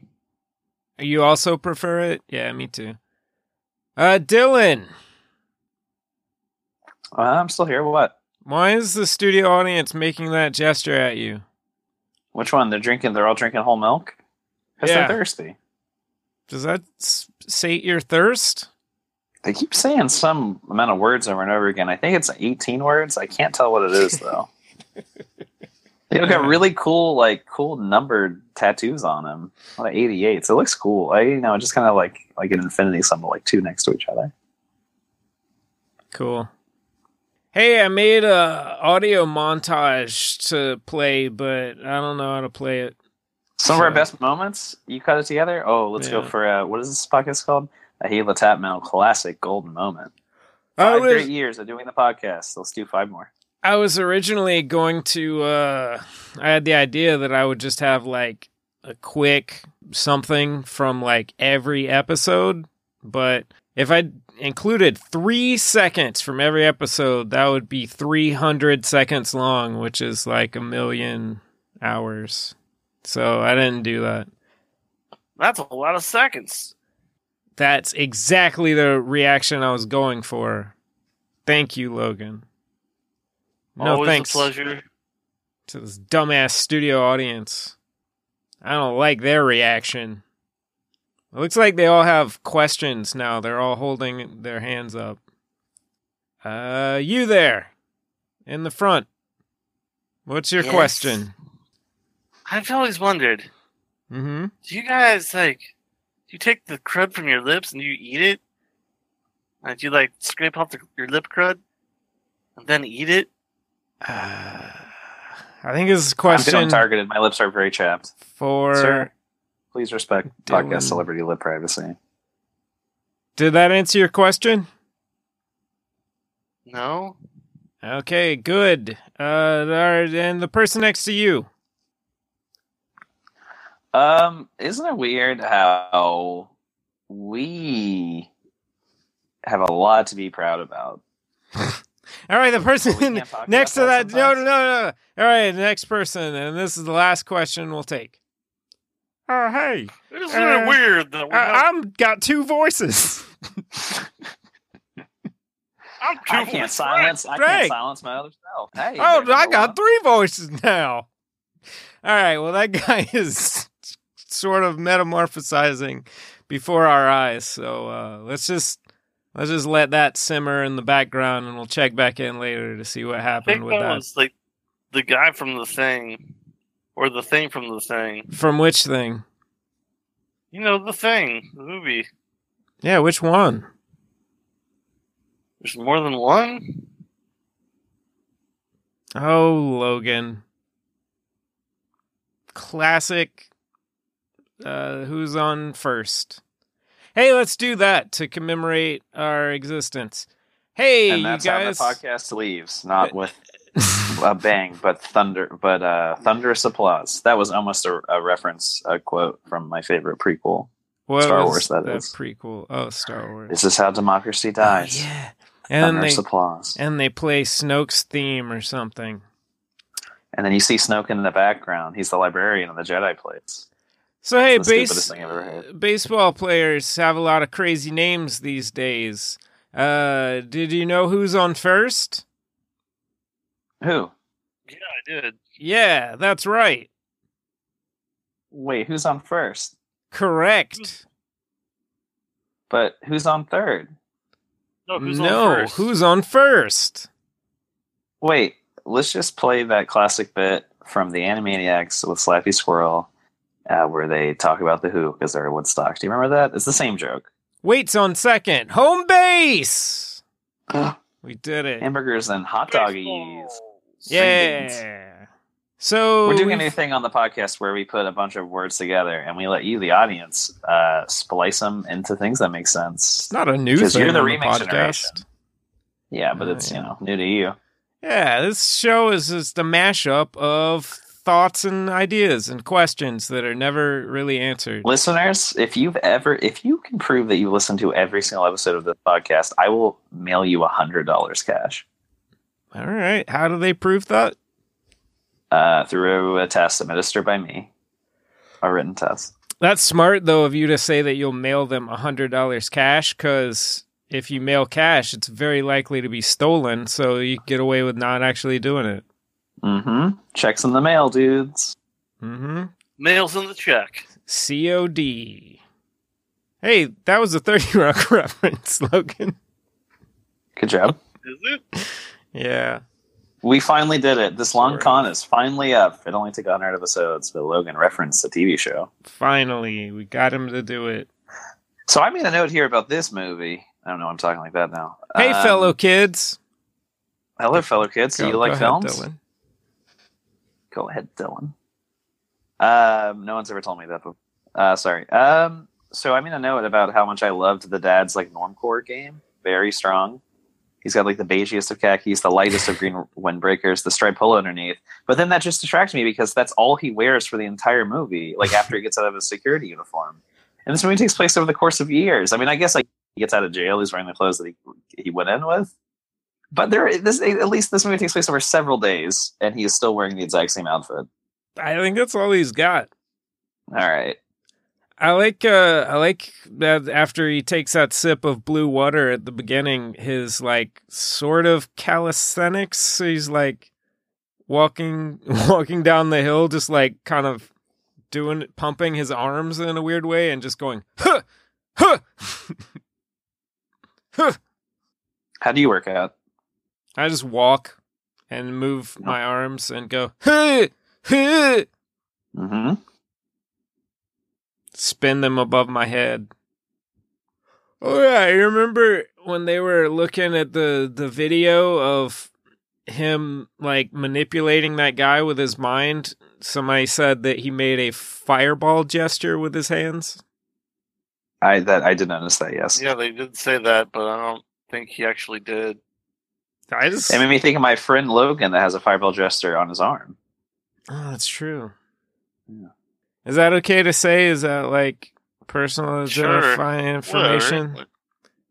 You also prefer it? Yeah, me too. Uh, Dylan, Uh, I'm still here. What? why is the studio audience making that gesture at you? Which one? They're drinking. They're all drinking whole milk because Yeah. they're thirsty. Does that s- sate your thirst? They keep saying some amount of words over and over again. I think it's 18 words. I can't tell what it is though. They got really cool, like cool numbered tattoos on them. A lot of 88s. It looks cool. I, you know, just kind of like like an infinity symbol, like two next to each other. Cool. Hey, I made a audio montage to play, but I don't know how to play it. Some of our So- best moments. You cut it together. Oh, let's go Yeah. for uh, what is this podcast called? A Gila Tap Metal Classic Golden Moment. I Five was- great years of doing the podcast. Let's do five more. I was originally going to uh I had the idea that I would just have like a quick something from like every episode, but if I included 3 seconds from every episode, that would be 300 seconds long, which is like a million hours. So I didn't do that. That's a lot of seconds. That's exactly the reaction I was going for. Thank you, Logan. No Always thanks. a pleasure. to this dumbass studio audience. I don't like their reaction. It looks like they all have questions now. They're all holding their hands up. Uh, you there, in the front. What's your Yes. question? I've always wondered, Mm-hmm. do you guys like do you take the crud from your lips and you eat it? Like do you like scrape off the, your lip crud and then eat it? Uh, I think this is a I'm feeling question targeted. My lips are very chapped. for. Sir. Please respect Dylan. podcast celebrity lip privacy. Did that answer your question? No? Okay, good. Uh, there- and the person next to you. Um, isn't it weird how we have a lot to be proud about? All right, the person But we can't talk next to about that. that No, no, sometimes. no, no. All right, next person, and this is the last question we'll take. Oh, hey, Isn't Uh, it weird that we're not- I, I'm got two voices. uh, I'm too I can't silence. I Right. can't silence my other self. Hey, oh, there I you got three voices now. All right, well, that guy is sort of metamorphosizing before our eyes. So uh, let's just let's just let that simmer in the background, and we'll check back in later to see what I think happened with that that. was like the guy from the thing. Or the thing from the thing. From which thing? You know, the thing, the movie. Yeah, which one? There's more than one? Oh, Logan. Classic. Uh, who's on first? Hey, let's do that to commemorate our existence. Hey, And you that's guys. how the podcast leaves, not Uh, with a bang, but thunder, but uh, thunderous applause. That was almost a, a reference, a quote from my favorite prequel. What Star was Wars, that is. prequel. Oh, Star Wars. This is how democracy dies. Oh, Yeah. And they Thunderous applause. and they play Snoke's theme or something. And then you see Snoke in the background. He's the librarian in the Jedi place. So hey, It's the stupidest base, thing I've ever heard. baseball players have a lot of crazy names these days. Uh, did you know who's on first? Who? Yeah, I did. Yeah, that's right. Wait, who's on first? Correct. But who's on third? No, oh, who's no, on first? who's on first? Wait, let's just play that classic bit from the Animaniacs with Slappy Squirrel, uh, where they talk about the Who because they're Woodstock. Do you remember that? It's the same joke. Waits on second. Home base. Ugh. We did it. Hamburgers and hot doggies. String beans. Yeah. So We're doing a we've- new thing on the podcast where we put a bunch of words together and we let you, the audience, uh, splice them into things that make sense. It's not a new Because thing you're the on remix podcast. generation. Yeah, but it's you know new to you. Yeah, this show is just a mashup of thoughts and ideas and questions that are never really answered. listeners if you've ever if you can prove that you listen to every single episode of this podcast i will mail you a hundred dollars cash All right, how do they prove that? uh, through a test administered by me a written test That's smart though of you to say that you'll mail them a hundred dollars cash, because if you mail cash, it's very likely to be stolen, so you get away with not actually doing it. mm-hmm checks in the mail dudes Mm-hmm. Mails in the check. COD. Hey, that was a 30 Rock reference, Logan. good job Is it? Yeah. we finally did it this long Sure. con is finally up it only took 100 episodes but logan referenced the tv show Finally, we got him to do it. so i made a note here about this movie i don't know why i'm talking like that now Hey, Um, fellow kids. hello fellow kids do Go- you like go ahead, films Dylan. Go ahead, Dylan. Um, no one's ever told me that before. Uh, sorry. Um, so I made a note about how much I loved the dad's like normcore game. Very strong. He's got like the beigiest of khakis, the lightest of green windbreakers, the striped polo underneath. But then that just distracts me because that's all he wears for the entire movie. Like after he gets out of his security uniform, and this movie takes place over the course of years. I mean, I guess like he gets out of jail, he's wearing the clothes that he he went in with. But there, this at least this movie takes place over several days, and he is still wearing the exact same outfit. I think that's all he's got. All right. I like uh I like that after he takes that sip of blue water at the beginning, his like sort of calisthenics. He's like walking walking down the hill, just like kind of doing pumping his arms in a weird way and just going, huh, huh. How do you work out? I just walk and move my arms and go, huh, huh, Mm-hmm. spin them above my head. Oh yeah, I remember when they were looking at the the video of him like manipulating that guy with his mind. Somebody said that he made a fireball gesture with his hands. I that I did notice that. Yes, Yeah, they did say that, but I don't think he actually did. I just it made me think of my friend Logan that has a fireball gesture on his arm. oh, that's true. Yeah. Is that okay to say? Is that like personal Sure. identifying information? Whatever.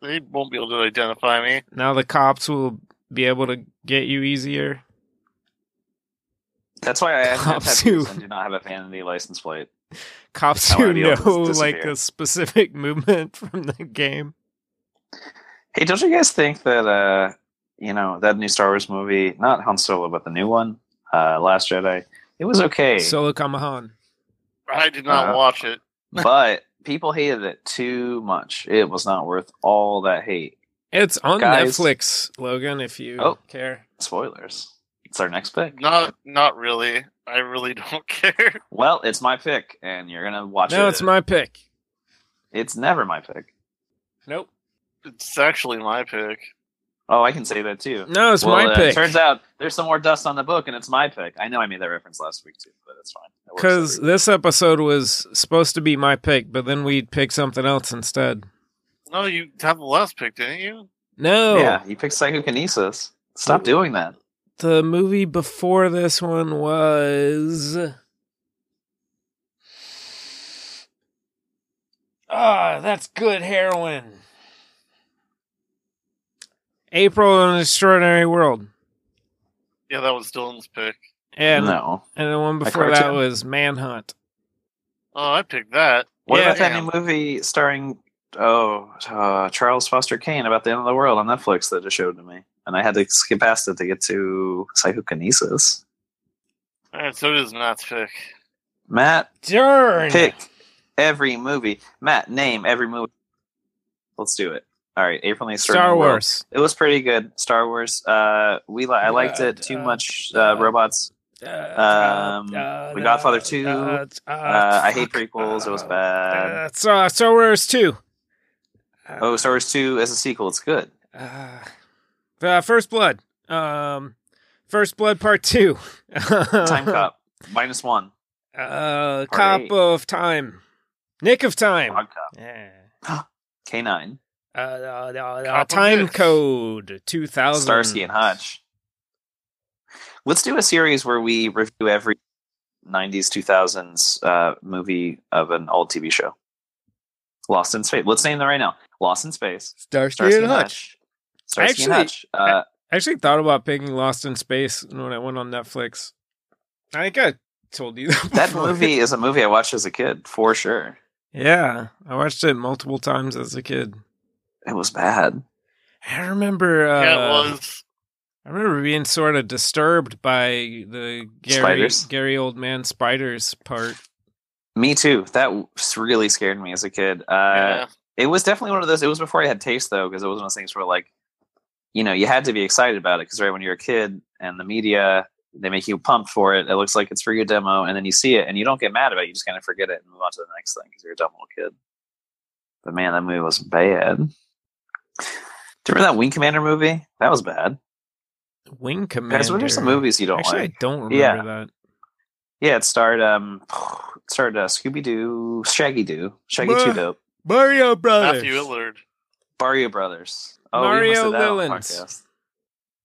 They won't be able to identify me. Now the cops will be able to get you easier. That's why I have no Cops tattoos who- and do not have a vanity license plate. cops How who I deal know with this like disappear. a specific movement from the game. Hey, don't you guys think that uh, you know that new Star Wars movie, not Han Solo, but the new one, uh, Last Jedi, it was okay, Solo Kamahan. I did not Uh, watch it. but people hated it too much. It was not worth all that hate. It's on Guys. Netflix, Logan, if you Oh. care. Spoilers. It's our next pick. Not, not really. I really don't care. Well, it's my pick, and you're gonna watch it. No, it's my pick. It's never my pick. Nope. It's actually my pick. Oh, I can say that too. No, it's Well, my uh, pick. Turns out there's some more dust on the book, and it's my pick. I know I made that reference last week too, but it's fine. It works Because every- this episode was supposed to be my pick, but then we'd pick something else instead. No, you had the last pick, didn't you? No. yeah, you picked psychokinesis. Stop doing that. The movie before this one was. Ah, that's good heroin. April in an Extraordinary World. Yeah, that was Dylan's pick. And, no. and the one A before that cartoon? was Manhunt. Oh, I picked that. What yeah, about that damn. new movie starring oh uh, Charles Foster Kane about the end of the world on Netflix that just showed to me, and I had to skip past it to get to psychokinesis. All right, so does Matt's pick. Matt, Darn! pick every movie. Matt, name every movie. Let's do it. All right, April needs Star Wars. It was pretty good. Star Wars. Uh, we li- I liked it too Uh, much. uh, Uh, robots. Um, The Godfather 2, Uh, I hate prequels. It was bad. Ah, Uh, Star, Star Wars 2. Oh, Star Wars Two as a sequel, it's good. Uh, the First Blood. Um, First Blood Part 2. Time Cop minus one. Uh, Cop eight. of Time. Nick of Time. Odd Cop Yeah. K nine. Uh, uh, uh, uh, Cop of time Nick. Code 2000. Starsky and Hutch. Let's do a series where we review every '90s, 2000s uh, movie of an old TV show. Lost in Space. Let's name them right now. Lost in Space. Starsky, Starsky and Hutch. Starsky and Actually, Hutch. Uh, I actually thought about picking Lost in Space when I went on Netflix. I think I told you that. that before. movie is a movie I watched as a kid for sure. Yeah, I watched it multiple times as a kid. It was bad. I remember. Uh, yeah, it was. I remember being sort of disturbed by the Gary Spiders? Gary old man spiders part. Me too. That w- really scared me as a kid. Uh, yeah. It was definitely one of those. It was before I had taste though, because it was one of those things where like, you know, you had to be excited about it because right when you're a kid and the media they make you pumped for it. It looks like it's for your demo, and then you see it and you don't get mad about it. You just kind of forget it and move on to the next thing because you're a dumb little kid. But man, that movie was bad. Do you remember that Wing Commander movie? That was bad. Wing Commander. Guys, what are some movies you don't Actually, like? I don't remember Yeah. that. Yeah, it starred um it starred uh, Scooby Doo, Shaggy Doo, Shaggy Bruh. Two Dope, Mario Brothers. Matthew Illard. Barrio Brothers. Oh, Mario we must do that on the Lillens. podcast.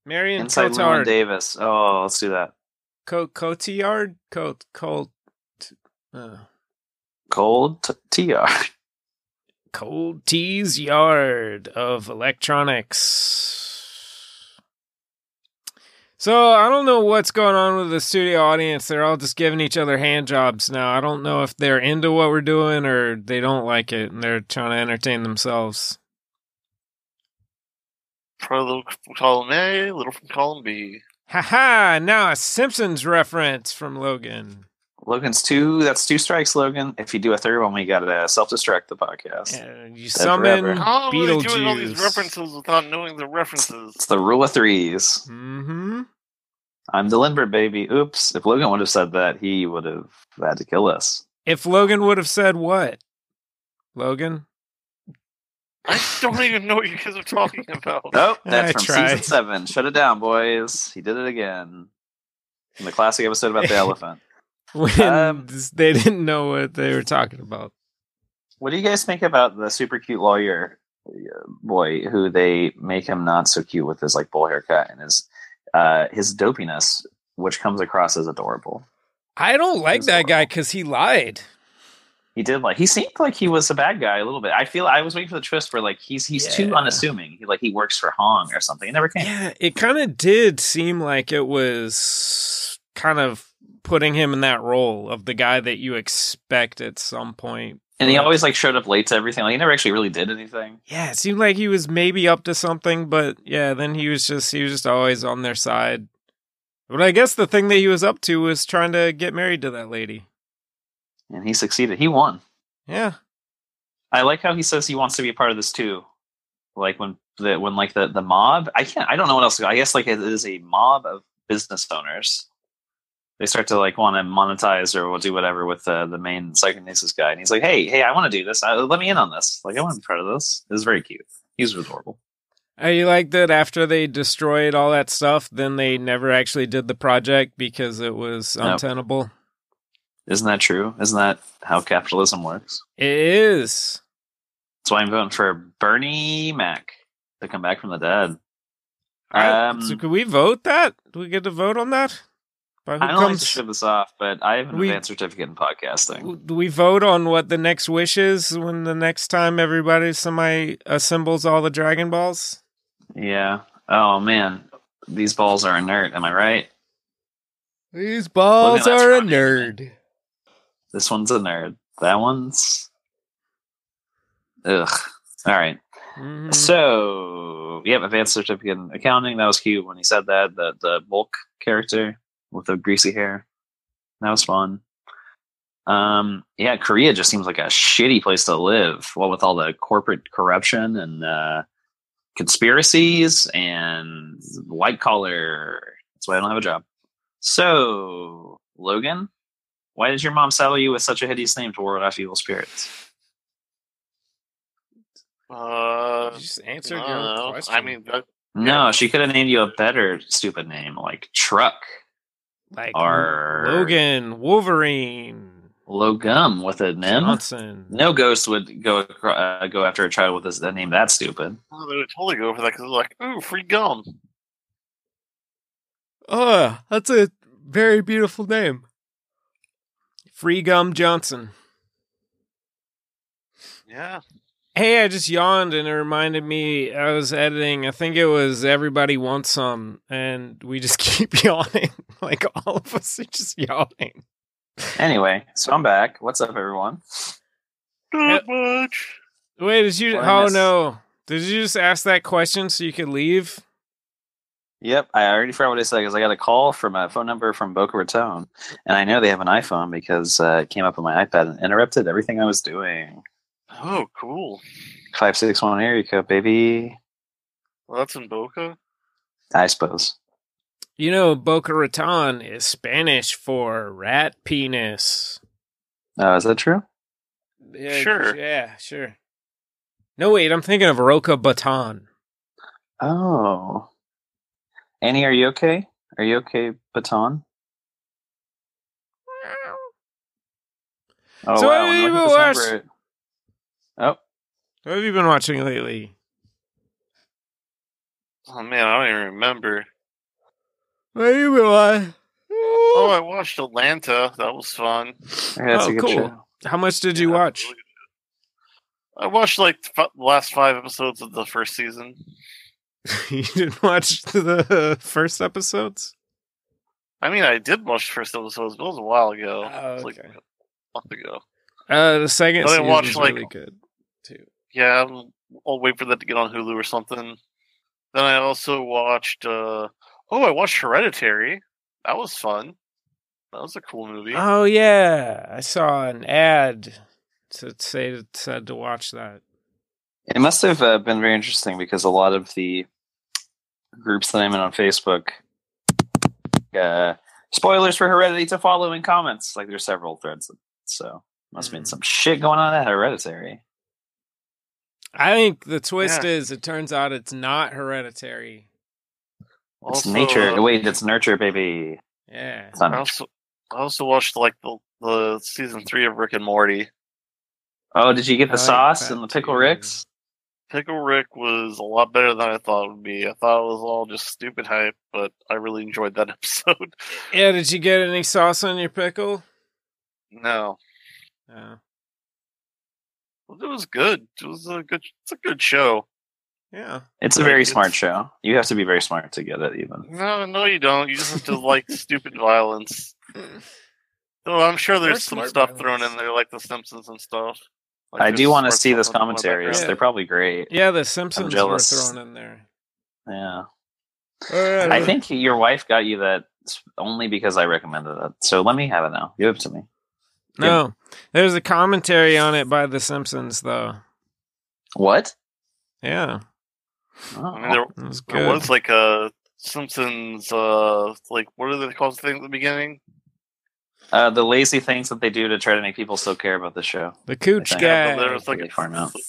Marion Inside Llewyn Cotillard. Davis. Oh, let's do that. Co- Cotillard. Cot. Cot. Uh, Cold t- TR. Cold Tease Yard of Electronics. So I don't know what's going on with the studio audience. They're all just giving each other hand jobs now. I don't know if they're into what we're doing or they don't like it and they're trying to entertain themselves. Pro little from column A, little from column B. Haha, now a Simpsons reference from Logan. Logan's two. That's two strikes, Logan. If you do a third one, we got to self destruct the podcast. Uh, you That's summon rubber. How are they doing all these Beetlejuice. references without knowing the references? It's the rule of threes. Mm-hmm. I'm the Lindbergh baby. Oops. If Logan would have said that, he would have had to kill us. If Logan would have said what? Logan? I don't even know what you guys are talking about. Nope. Oh, That's I from tried. season seven. Shut it down, boys. He did it again. In the classic episode about the elephant. When Um, they didn't know what they were talking about. What do you guys think about the super cute lawyer uh, boy who they make him not so cute with his like bowl haircut and his uh his dopiness, which comes across as adorable. I don't like He's that horrible. guy because he lied. He did like he seemed like he was a bad guy a little bit. I feel I was waiting for the twist where like he's he's too Yeah. unassuming. He like he works for Hong or something. It never came. Yeah, it kind of did seem like it was kind of putting him in that role of the guy that you expect at some point. And he always like showed up late to everything. Like he never actually really did anything. Yeah, it seemed like he was maybe up to something, but yeah, then he was just he was just always on their side. But I guess the thing that he was up to was trying to get married to that lady. And he succeeded. He won. Yeah. I like how he says he wants to be a part of this too. Like when the when like the the mob. I can't. I don't know what else. I guess like it is a mob of business owners. They start to like want to monetize or will do whatever with the the main psychokinesis guy, and he's like, "Hey, hey, I want to do this. I, let me in on this. Like, I want to be part of this. It's very cute. He's adorable. I like that after they destroyed all that stuff, then they never actually did the project because it was Nope. untenable. Isn't that true? Isn't that how capitalism works? It is. That's why I'm voting for Bernie Mac to come back from the dead. I- Um, so can we vote that? Do we get to vote on that? By who I don't like to comes? show this off, but I have an We- advanced certificate in podcasting. do we vote on what the next wish is when the next time everybody somebody assembles all the Dragon Balls? Yeah. Oh man, these balls are inert. Am I right? These balls Logan, that's are a funny. nerd. This one's a nerd. That one's. Ugh. All right. Mhm. So, yep, advanced certificate in accounting. That was cute when he said that. The the bulk character with the greasy hair. That was fun. Um, yeah, Korea just seems like a shitty place to live. Well, with all the corporate corruption and uh, conspiracies and white collar. That's why I don't have a job. So, Logan, why did your mom saddle you with such a hideous name to ward off evil spirits? Uh, You just answered I your don't know. own question. Uh, I mean, that- No, she could have named you a better stupid name like Truck like or Logan, Wolverine, Logum with an M. Johnson. No ghost would go acro- uh, go after a child with a a name that stupid. oh, they would totally go for that because like, ooh, free gum. Oh, that's a very beautiful name. Free Gum Johnson. Yeah. Hey, I just yawned and it reminded me I was editing. I think it was Everybody Wants Some, and we just keep yawning. like all of us are just yawning. Anyway, so I'm back. What's up, everyone? Not much. Wait, did you? What I Oh miss? no! Did you just ask that question so you could leave? Yep, I already forgot what I said because I got a call from a phone number from Boca Raton, and I know they have an iPhone because uh, it came up on my iPad and interrupted everything I was doing. Oh, cool. Five six one area code, baby. Well, that's in Boca. I suppose. You know, Boca Raton is Spanish for rat penis. Uh, is that true? Yeah, Sure. Yeah, sure. No, wait, I'm thinking of Roca Baton. Oh, Annie, are you okay? Are you okay, Baton? Oh So wow! what when have you looking at been this watching? number- Oh, What have you been watching lately? Oh man, I don't even remember. What have you been watching? Oh, I watched Atlanta. That was fun. okay, that's Oh, a good cool. show. How much did you Yeah, watch? really good. I watched like f- the last five episodes of the first season. you didn't watch the first episodes? I mean, I did watch the first episodes, but it was a while ago. Oh, It was, like okay. a month ago. Uh, the second I didn't season watch, was like- really good too. Yeah, I'm- I'll wait for that to get on Hulu or something. Then I also watched. uh Oh, I watched Hereditary. That was fun. That was a cool movie. Ah, Oh yeah, I saw an ad to say it said to watch that. It must have uh, been very interesting because a lot of the groups that I'm in on Facebook, uh, spoilers for Heredity to follow in comments. Like there's several threads, so must have been Hmm. Mhm. some shit going on at Hereditary. I think the twist Yeah. is it turns out it's not hereditary. It's Also, nature. uh, Wait, it's nurture, baby. Yeah. It's not nature. I also, I also watched like the, the season three of Rick and Morty. Oh, did you get I the like sauce that and the pickle too. ricks? Pickle Rick was a lot better than I thought it would be. I thought it was all just stupid hype, but I really enjoyed that episode. Yeah, did you get any sauce on your pickle? no, No. it was good. It was a good. It's a good show. Yeah. It's a Like, very it's- smart show. You have to be very smart to get it, even. No, no, you don't. You just have to like stupid violence. Though I'm sure Or there's some smart stuff thrown violence. in there, like The Simpsons and stuff. Like, I there's do want to smart see stuff those in the commentaries. background. They're probably great. Yeah, the Simpsons were jealous. thrown in there. Yeah. All I right. think your wife got you that s- only because I recommended it. So let me have it now. Give it to me. No. There's a commentary on it by the Simpsons though. What? Yeah. Oh. I mean, there, It was good. there was like a Simpsons, uh, like what are they called? Thing at the beginning. Uh, the lazy things that they do to try to make people still care about the show. the cooch I think Yeah, but guy. there was like Really far now. a,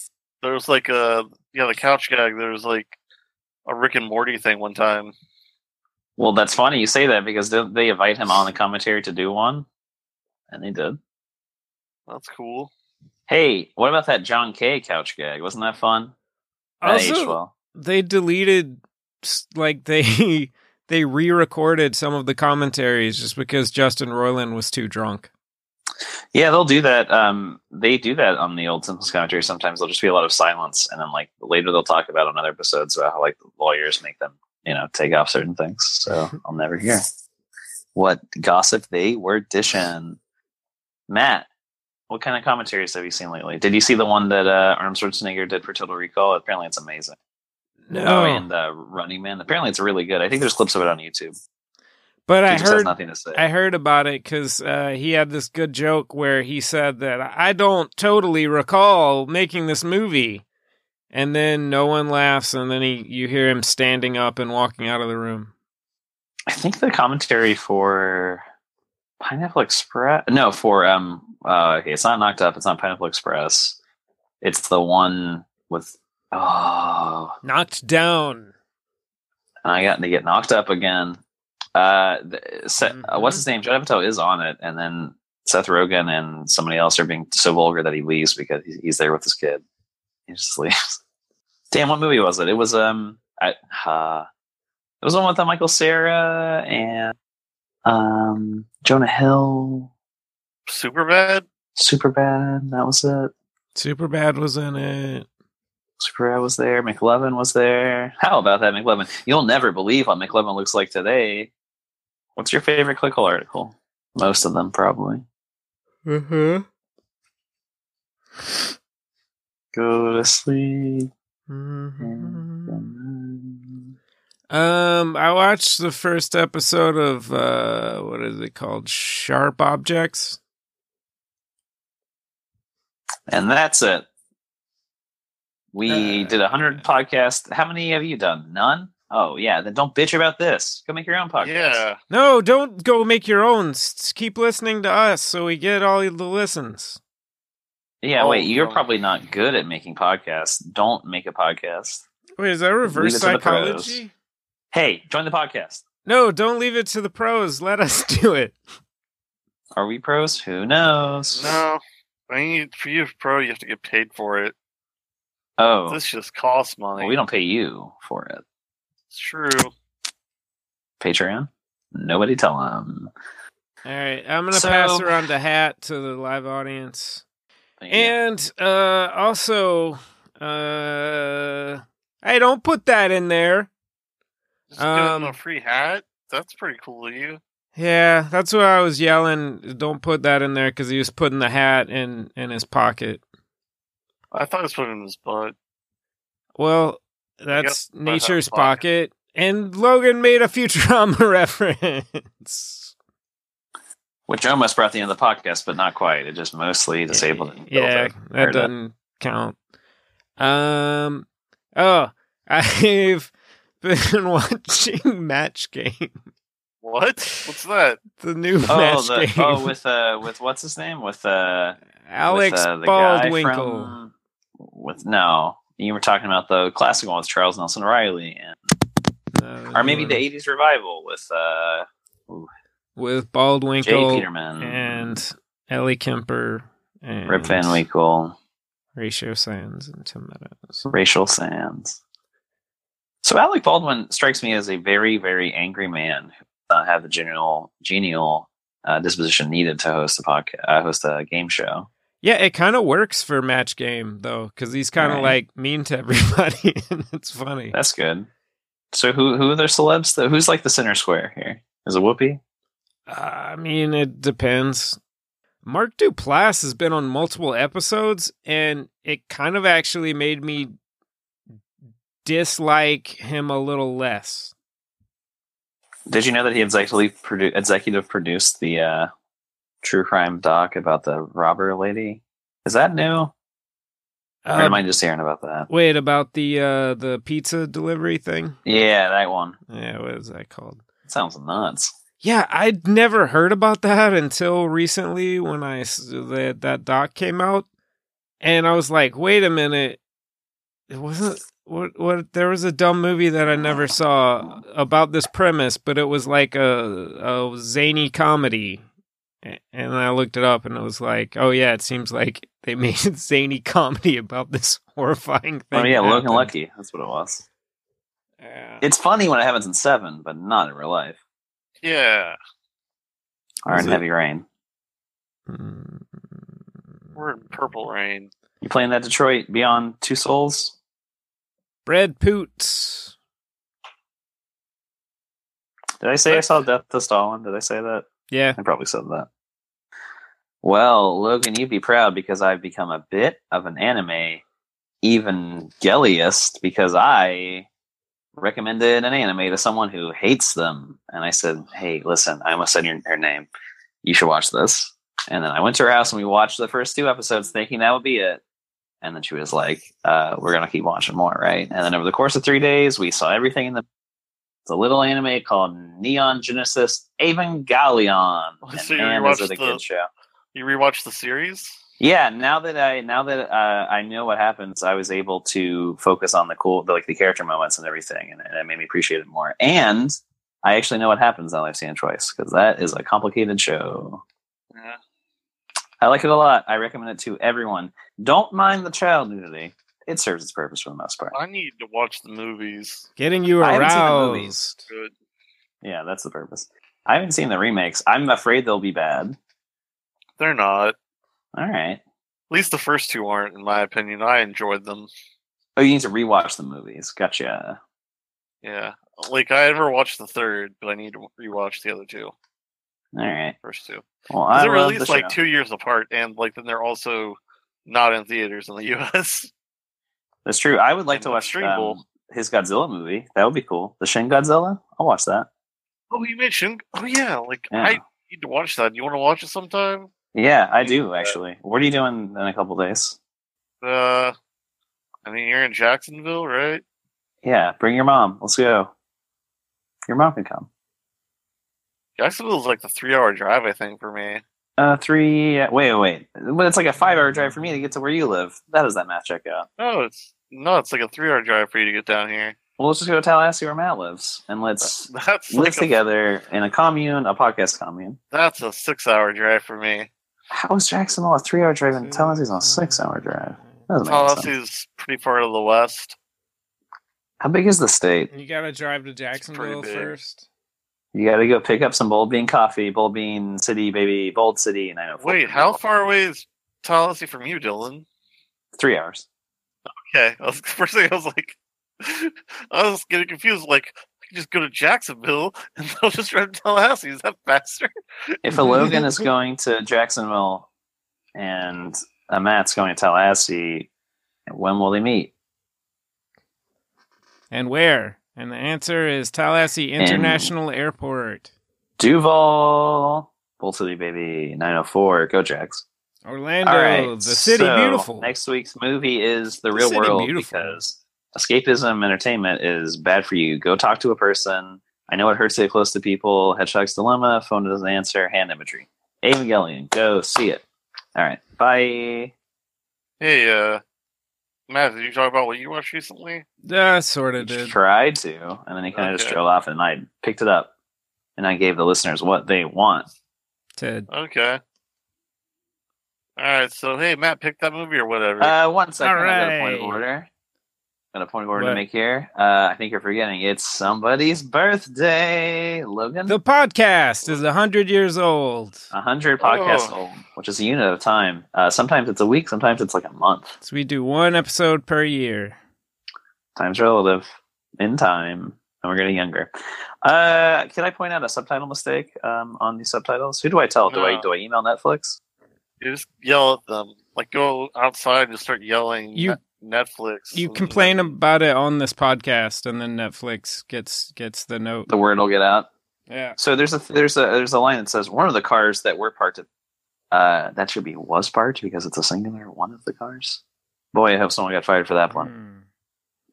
there was like a yeah the couch gag. There was like a Rick and Morty thing one time. Well, that's funny you say that because didn't they invite him on the commentary to do one? And they did. That's cool. Hey, what about that John K couch gag? Wasn't that fun? Oh, That aged Also, well. they deleted s- like they they re-recorded some of the commentaries just because Justin Roiland was too drunk. Yeah, they'll do that. Um, they do that on the old Simpsons commentary. Sometimes there'll just be a lot of silence, and then like later they'll talk about on other episodes about how like the lawyers make them, you know, take off certain things. So I'll never hear what gossip they were dishing. Matt, what kind of commentaries have you seen lately? Did you see the one that uh, Arnold Schwarzenegger did for Total Recall? Apparently, it's amazing. Oh, and uh, Running Man. Apparently, it's really good. I think there's clips of it on YouTube. but He I just has heard nothing to say. I heard about it because uh, he had this good joke where he said that I don't totally recall making this movie, and then no one laughs, and then he, you hear him standing up and walking out of the room. I think the commentary for Pineapple Express. No, for um, uh, okay, it's not knocked up. It's not Pineapple Express. It's the one with oh, Knocked down. and I got to get knocked up again. Uh, the, Se- uh what's his name? Judd Apatow is on it, and then Seth Rogen and somebody else are being so vulgar that he leaves because he- he's there with his kid. He just leaves. Damn, what movie was it? It was um, I, uh, it was the one with uh, Michael Sarah and um Jonah Hill. Super bad. Superbad, that was it. Superbad was in it. Superbad was there. McLevin was there. How about that, McLevin? You'll never believe what McLevin looks like today. What's your favorite clickhole article? Most of them, probably. Uh-huh. Go to sleep. Mm-hmm. Um, I watched the first episode of uh, what is it called? Sharp Objects. And that's it. We Uh, did a hundred podcasts. How many have you done? None? Oh yeah, then don't bitch about this. Go make your own podcast. Yeah. No, don't go make your own. S- keep listening to us so we get all the listens. Yeah, Oh, wait, you're no. probably not good at making podcasts. Don't make a podcast. Wait, is that reverse Leave it to the pros. psychology? Hey, join the podcast. No, don't leave it to the pros. Let us do it. Are we pros? Who knows? No. I mean, for you, pro, you have to get paid for it. Oh, This just costs money. well, we don't pay you for it. It's true. Patreon? Nobody tell them. All right, I'm gonna So- pass around the hat to the live audience. And uh also uh hey don't put that in there. Just give Um, them a free hat. That's pretty cool of you. Yeah, that's why I was yelling don't put that in there cuz he was putting the hat in in his pocket. I thought it was put in his butt. Well, that's put it in his nature's pocket. pocket. And Logan made a Futurama reference. Which almost brought the end of the podcast, but not quite. It just mostly disabled it. and killed Yeah, it. that Heard it. doesn't count. Um oh, I've been watching Match Game. What? What's that? The new Oh, Match the, Game. oh, with uh, with what's his name? With uh, Alex with, uh, the guy Baldwinkle. from- with no, you were talking about the classic one with Charles Nelson Riley, and, No, or maybe Mm. Uh, the '80s revival with uh, with Jay Baldwinkle Peterman and Ellie Kemper and Mm-hmm. Rip Van Winkle, Ratio Sands and Tim Meadows. Racial Sands. So Alec Baldwin strikes me as a very, very angry man who does not have the genial, genial uh, disposition needed to host a podcast, uh, host a game show. Yeah, it kind of works for match game though, because he's kind of Right. like mean to everybody, and it's funny. That's good. So who who are the celebs? Though? Who's like the center square here? Is it Whoopi? Uh, I mean, it depends. Mark Duplass has been on multiple episodes, and it kind of actually made me dislike him a little less. Did you know that he executive produ- executive produced the uh, true crime doc about the robber lady? Is that new? or Uh, am I just hearing about that? Wait, about the uh the pizza delivery thing? Yeah, that one Yeah, what is that called? sounds nuts. Yeah, I'd never heard about that until recently when I s- that that doc came out, and I was like, wait a minute, it wasn't what what there was a dumb movie that I never saw about this premise, but it was like a a zany comedy. A- And I looked it up and it was like, oh yeah, it seems like they made a zany comedy about this horrifying thing. Oh yeah, that Logan happened. Lucky. That's what it was. Yeah. It's funny when it happens in Seven, but not in real life. Yeah. Or Is in it- Heavy Rain. Mm. We're in purple Mm. rain. You playing that Detroit Beyond Two Souls? Bread Poots. Did I say I saw Death to Stalin? Did I say that? Yeah. I probably said that. Well, Logan, you'd be proud because I've become a bit of an anime evangeliist because I recommended an anime to someone who hates them. And I said, hey, listen, I almost said your, her name. You should watch this. And then I went to her house and we watched the first two episodes thinking that would be it. And then she was like, uh, "We're gonna keep watching more, right?" And then over the course of three days, we saw everything in the. It's a little anime called Neon Genesis Evangelion. And So you man, is rewatched it a the- good show? You rewatch the series? Yeah, now that I now that uh, I know what happens, I was able to focus on the cool, the, like the character moments and everything, and, and it made me appreciate it more. And I actually know what happens now that I've seen it twice because that is a complicated show. Yeah. I like it a lot. I recommend it to everyone. Don't mind the child nudity; it serves its purpose for the most part. I need to watch the movies. Getting you I haven't seen the movies. aroused. Good. Yeah, that's the purpose. I haven't seen the remakes. I'm afraid they'll be bad. They're not. At All right. least the first two aren't, in my opinion. I enjoyed them. Oh, you need to rewatch the movies. Gotcha. Yeah. Like, I never watched the third, but I need to rewatch the other two, All right. first two. Well, Because I they're love released the like show. two years apart, and like then they're also not in theaters in the U.S. That's true. I would like And to watch streamable. um, his Godzilla movie. That would be cool. The Shin Godzilla. I'll watch that. oh, you mentioned. Oh yeah, like Yeah. I need to watch that. You want to watch it sometime? Yeah, I do actually. What are you doing in a couple days? Uh, I mean, you're in Jacksonville, right? Yeah, bring your mom. Let's go. Your mom can come. Jacksonville's like the three-hour drive, I think, for me. Uh, three. Uh, wait, wait. But it's like a five-hour drive for me to get to where you live. That does that math check out? No, it's no, it's like a three-hour drive for you to get down here. Well, let's just go to Tallahassee where Matt lives, and let's That's live like a, together in a commune, a podcast commune. that's a six-hour drive for me. How is Jacksonville a three-hour drive and Tallahassee's on a six-hour drive? That doesn't make any sense. Tallahassee's pretty far to the west. How big is the state? You gotta drive to Jacksonville big. first. You got to go pick up some Bold Bean coffee, Bold Bean City, baby, Bold City, and I know. Wait, how far away is Tallahassee from you, Dylan? Three hours. Okay. I was, first thing I was like, I was getting confused. Like, I can just go to Jacksonville and they'll just drive to Tallahassee. Is that faster? If a Logan is going to Jacksonville and a Matt's going to Tallahassee, when will they meet? And where? And the answer is Tallahassee International Airport, Duval, Bold City, baby, nine hundred four. Go Jacks! Orlando, All right, the city so beautiful. Next week's movie is The The Real City World Beautiful. because escapism entertainment is bad for you. Go talk to a person. I know it hurts to get close to people. Hedgehog's Dilemma, phone doesn't answer, hand imagery. Evangelion, go see it. All right, bye. Hey, uh, Matt, did you talk about what you watched recently? Yeah, sort of Uh, did. Tried to, and then he kind of just Okay. drove off, and I picked it up, and I gave the listeners what they want. Ted. Okay. All right. So, hey, Matt, pick that movie or whatever. Uh, one second, I got a point Alright. of order. Got a point of order What? to make here. Uh, I think you're forgetting it's somebody's birthday, Logan. The podcast is 100 years old. 100 podcasts Oh. old, which is a unit of time. Uh, sometimes it's a week, sometimes it's like a month. So we do one episode per year. Time's relative in time, and we're getting younger. Uh, can I point out a subtitle mistake um, on these subtitles? Who do I tell? Do I No. do I email Netflix? you just yell at them. Like, go outside and just start yelling. You- Net- Netflix. You and- complain about it on this podcast, and then Netflix gets gets the note. The word will get out. Yeah. So there's a there's a there's a line that says one of the cars that were parked. At, uh, that should be was parked because it's a singular one of the cars. Boy, I hope someone got fired for that one. Hmm.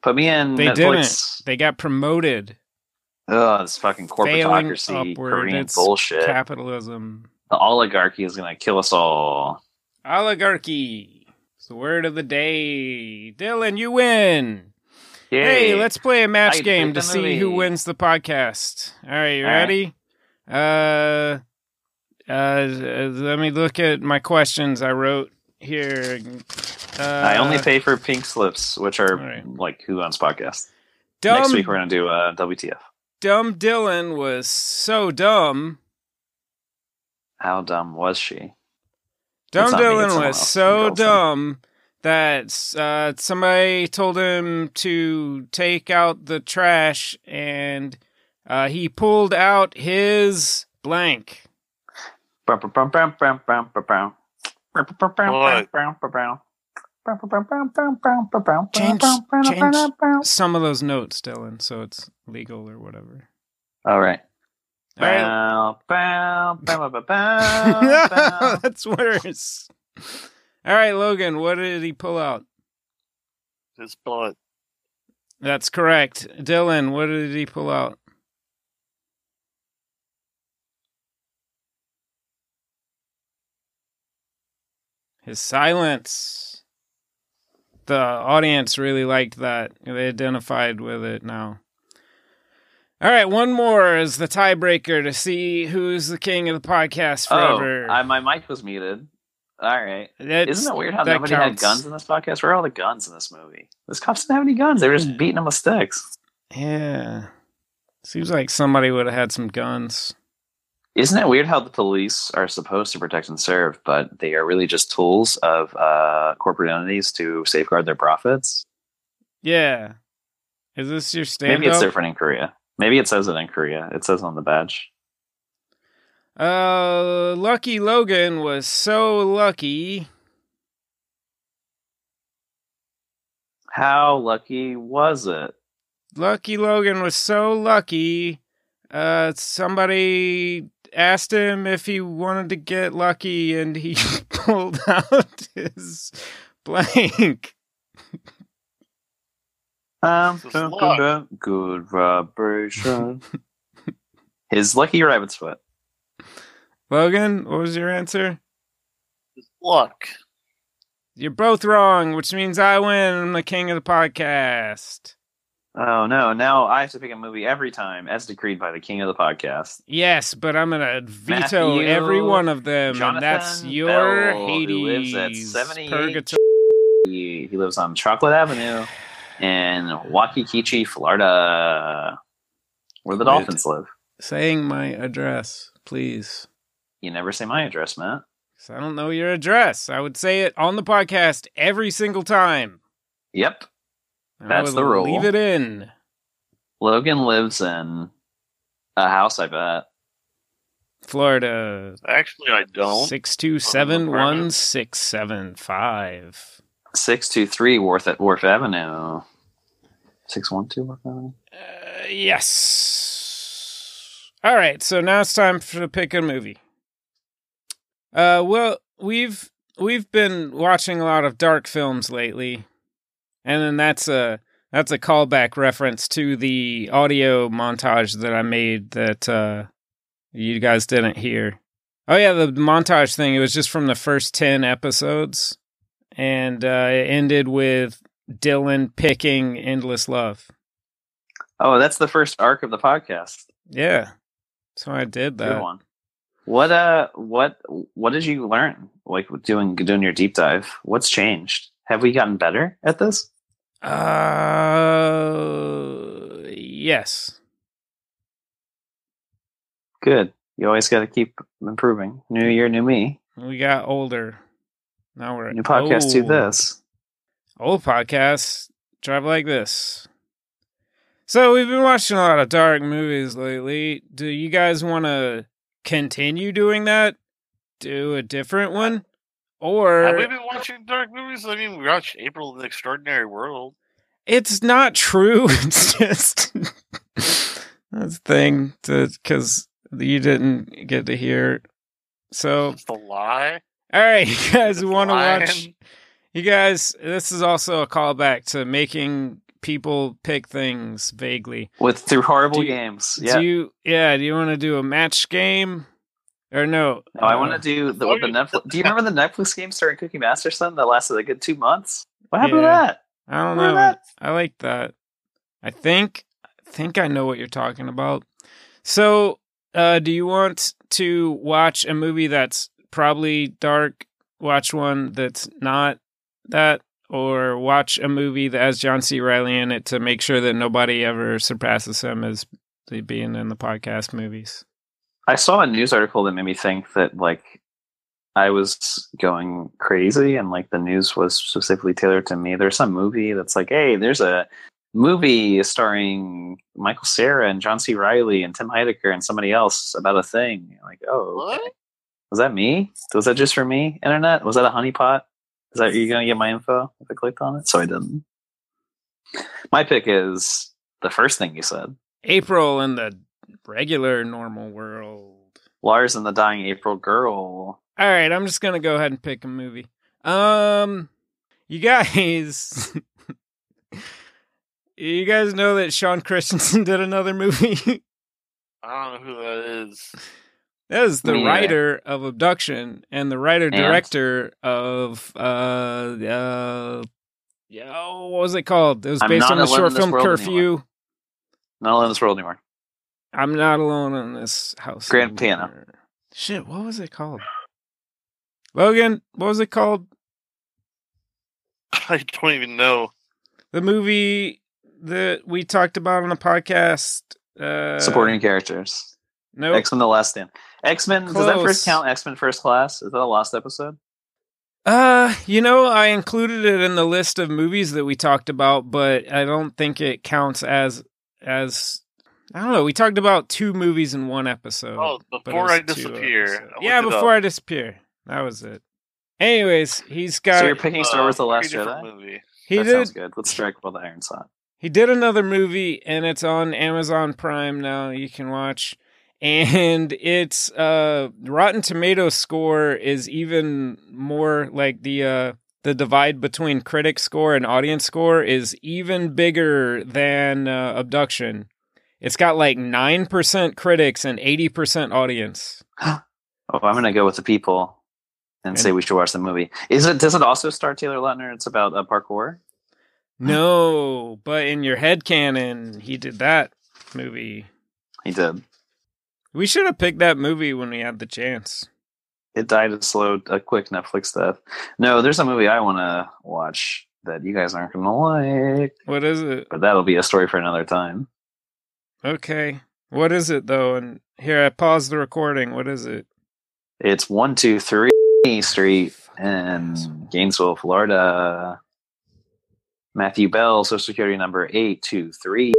Put me in They Netflix. They got promoted. Ugh, this fucking Failing corporatocracy, upward, Korean it's bullshit. Capitalism. the oligarchy is going to kill us all. Oligarchy. It's the word of the day. Dylan, you win. Yay. Hey, let's play a I match picked game to the see who movie. wins the podcast. All right, you All right. ready? Uh, uh, uh, let me look at my questions I wrote here. Uh, I only pay for pink slips, which are Alright. like who owns podcasts. dumb, Next week we're going to do uh, WTF. dumb Dylan was so dumb. How dumb was she? Dumb It's not me, it's Dylan someone was else. so Girlfriend. dumb that uh, somebody told him to take out the trash, and uh, he pulled out his blank. Brum, brum, brum, brum, brum, brum, brum, brum. Brum, brum, brum, brum, What? brum, brum, brum. Brum, brum, brum, brum, brum, brum, brum, Change- brum, brum, brum, change. brum, brum. Some of those notes, Dylan, so it's legal or whatever. All right. All right. Bow, bow, bow, bow, bow, bow, bow. that's worse. All right, Logan, what did he pull out? his butt. That's correct. Dylan, what did he pull out? His silence. The audience really liked that. They identified with it now. All right, one more is the tiebreaker to see who's the king of the podcast forever. Oh, I, my mic was muted. All right. That's- Isn't it weird how that nobody counts. had guns in this podcast? Where are all the guns in this movie? Those cops didn't have any guns. They were Hmm. just beating them with sticks. Yeah. Seems like somebody would have had some guns. Isn't it weird how the police are supposed to protect and serve, but they are really just tools of uh, corporate entities to safeguard their profits? Yeah. Is this your stand Maybe it's different in Korea. Maybe it says it in Korea. It says on the badge. Uh, Lucky Logan was so lucky. How lucky was it? Lucky Logan was so lucky. Uh, somebody asked him if he wanted to get lucky, and he pulled out his blank. Um, This is dun, luck. dun, dun. good vibration. His lucky rabbit's foot. Logan, what was your answer? His luck. You're both wrong, which means I win. I'm the king of the podcast. Oh no! Now I have to pick a movie every time, as decreed by the king of the podcast. Yes, but I'm gonna veto Matthew, every one of them, and that's Jonathan your Bell, Hades who lives at 78 purgatory. He, he lives on Chocolate Avenue in Waikiki, Florida, where the Wait. dolphins live. Saying my address, please, You never say my address, Matt. 'Cause I don't know your address. I would say it on the podcast every single time. Yep. I That's would the rule. Leave it in. Logan lives in a house. I bet. Florida Actually, I don't. six two seven one six seven five. Six two three Wharf Wharf Avenue. Six one two Wharf Avenue. Uh, yes. All right, so now it's time for to pick a movie. Uh, well, we've we've been watching a lot of dark films lately, and then that's a that's a callback reference to the audio montage that I made that uh, you guys didn't hear. Oh yeah, the montage thing. It was just from the first ten episodes, and uh, it ended with Dylan picking "Endless Love." Oh, that's the first arc of the podcast. Yeah. So I did Good that. one. What uh, what what did you learn? Like doing doing your deep dive. What's changed? Have we gotten better at this? Uh yes. Good. You always got to keep improving. New year, new me. We got older. Now we're New podcast. Do old. this. Old podcast. Drive like this. So we've been watching a lot of dark movies lately. Do you guys want to continue doing that? Do a different one? Have we Or been watching dark movies? I mean, we watched April in the Extraordinary World. it's not true. It's just that's the thing because you didn't get to hear. So It's a lie. All right, you guys It's want to lying. watch? You guys, this is also a callback to making people pick things vaguely. With through horrible Do you- games. Yeah. Do you? Yeah. Do you want to do a match game? Or no? no, I uh, want to do the, with the Netflix. Do you remember the Netflix game starring Cookie Masterson that lasted a good two months? What happened Yeah. to that? I don't know. Remember that? I like that. I think. I think I know what you're talking about. So, uh, do you want to watch a movie that's probably dark? Watch one that's not that, or watch a movie that has John C. Riley in it to make sure that nobody ever surpasses him as the- being in the podcast movies. I saw a news article that made me think that like I was going crazy and like the news was specifically tailored to me. There's some movie that's like, hey, there's a movie starring Michael Sarah and John C. Riley and Tim Heidecker and somebody else about a thing. Like, oh, What? was that me? Was that just for me? Internet? Was that a honeypot? Is that you gonna get my info if I clicked on it? So I didn't. My pick is the first thing you said. April in the regular normal world. Lars and the Dying April Girl. All right, I'm just gonna go ahead and pick a movie. Um, you guys, You guys know that Sean Christensen did another movie. I don't know who that is. that is the Me neither. writer of Abduction and the writer And? director of uh uh yeah, oh, what was it called? It was I'm based not on the alone short in this film world Curfew. anymore. Not alone in this world anymore. I'm not alone in this house. Grand Piano. anymore. Shit, what was it called? Logan, what was it called? I don't even know. The movie that we talked about on the podcast. Uh, Supporting characters. No, X Men: The Last Stand. X Men. Does that Close. first count? X Men First Class. Is that the last episode? Uh, you know, I included it in the list of movies that we talked about, but I don't think it counts as as I don't know. We talked about two movies in one episode. Oh, but it before was I two disappear. episodes. I Yeah, looked it before up. I disappear. That was it. Anyways, he's got so you're picking Star Wars: The Uh, Last three different Jedi. Movie. he that did sounds good. Let's strike while the iron's hot. he did another movie and it's on Amazon Prime now. You can watch and it's uh Rotten Tomato score is even more like the uh the divide between critic score and audience score is even bigger than uh, Abduction. It's got like 9% critics and 80% audience. Oh, I'm gonna go with the people and say And- we should watch the movie. Is it? Does it also star Taylor Lautner? It's about uh, parkour. No, but in your head canon, he did that movie. He did. We should have picked that movie when we had the chance. It died a slow, a quick Netflix death. No, there's a movie I want to watch that you guys aren't gonna like, What is it? but that'll be a story for another time. Okay. What is it though? And here I pause the recording. What is it? It's one two three Street in Gainesville, Florida. Matthew Bell, Social Security number eight two three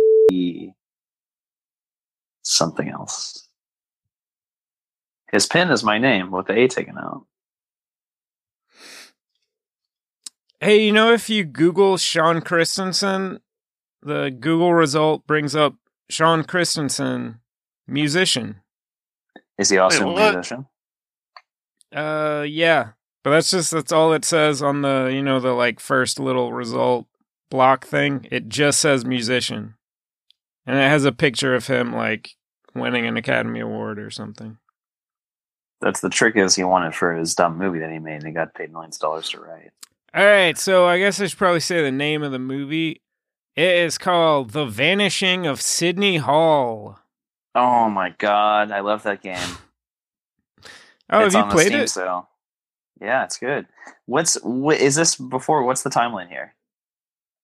something else. His pin is my name with the A taken out. Hey, you know if you Google Sean Christensen, the Google result brings up Sean Christensen, musician. Is he also Wait, a what? musician? Uh yeah. But that's just that's all it says on the you know, the like first little result block thing. It just says musician. And it has a picture of him like winning an Academy Award or something. That's the trick is he wanted for his dumb movie that he made and he got paid millions of dollars to write. All right, so I guess I should probably say the name of the movie. It is called The Vanishing of Sydney Hall. Oh my god, I love that game. Oh, it's have on you the played Steam it? sale. Yeah, it's good. What's wh- is this before? What's the timeline here?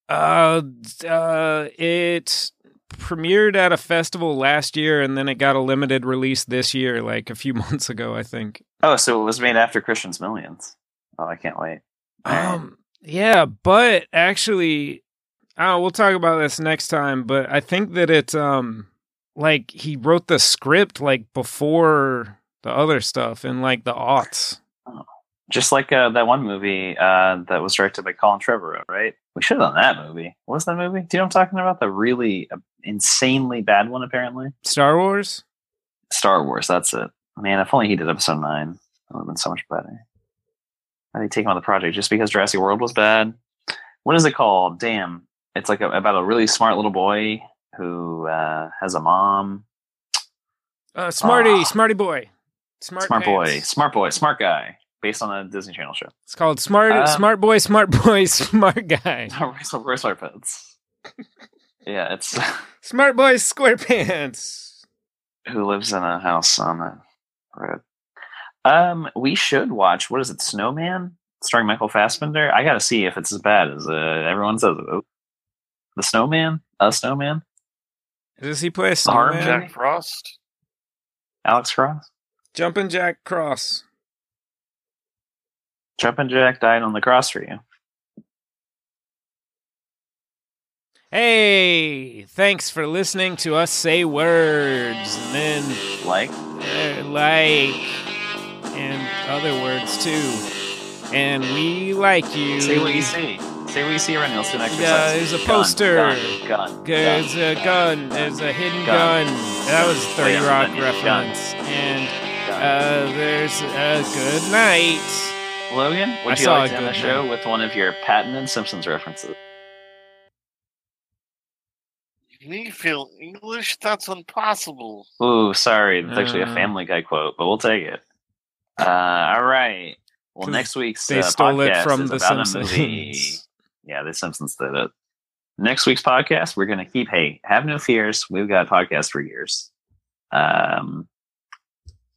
Uh, d- uh, it premiered at a festival last year, and then it got a limited release this year, like a few months ago, I think. Oh, so it was made after Christian's Millions. Oh, I can't wait. Um, yeah, but actually, oh, we'll talk about this next time. But I think that it's um, like he wrote the script like before the other stuff in like the aughts. Just like uh, that one movie uh, that was directed by Colin Trevorrow, right? We should have done that movie. What was that movie? Do you know what I'm talking about? The really uh, insanely bad one, apparently. Star Wars? Star Wars. That's it. Man, if only he did episode nine, that would have been so much better. Why did he take him on the project just because Jurassic World was bad? What is it called? Damn, it's like a, about a really smart little boy who uh, has a mom. Uh, Smarty, Ah. Smarty Boy. Smart, Smart boy, pants. smart boy, smart guy, based on a Disney Channel show. It's called Smart Um, Smart Boy, Smart Boy, Smart Guy. Russell Bruce Pets. Yeah, it's Smart Boy SquarePants. who lives in a house on the road. Um, we should watch. What is it? Snowman, starring Michael Fassbender. I gotta see if it's as bad as uh, everyone says. it is. The Snowman, a Snowman, Does he play a Harm snowman? Jack. Jack Frost. Alex Cross, Jumpin' Jack Cross. Jumpin' Jack died on the cross for you. Hey, thanks for listening to us say words and then Like, uh, like and other words too. And we like you. say what you see. Say what you see around you. Let's do an Mm. Yeah, exercise. there's a Gun, poster. Gun, gun, gun. There's a gun. There's a hidden Gun. gun. Oh, That was Thirty Wait, Rock gun. reference. And gun. uh, there's a good night. Logan, would I you saw like a to end good the show with one of your patented Simpsons references? Me feel English? That's impossible. Ooh, sorry. That's actually a Uh. Family Guy quote, but we'll take it. Uh, all right. Well, 'Cause next week's they uh, stole it podcast from is The about Simpsons. a movie. Yeah, The Simpsons did it. Next week's podcast, we're gonna keep. Hey, have no fears. We've got podcasts for years. Um,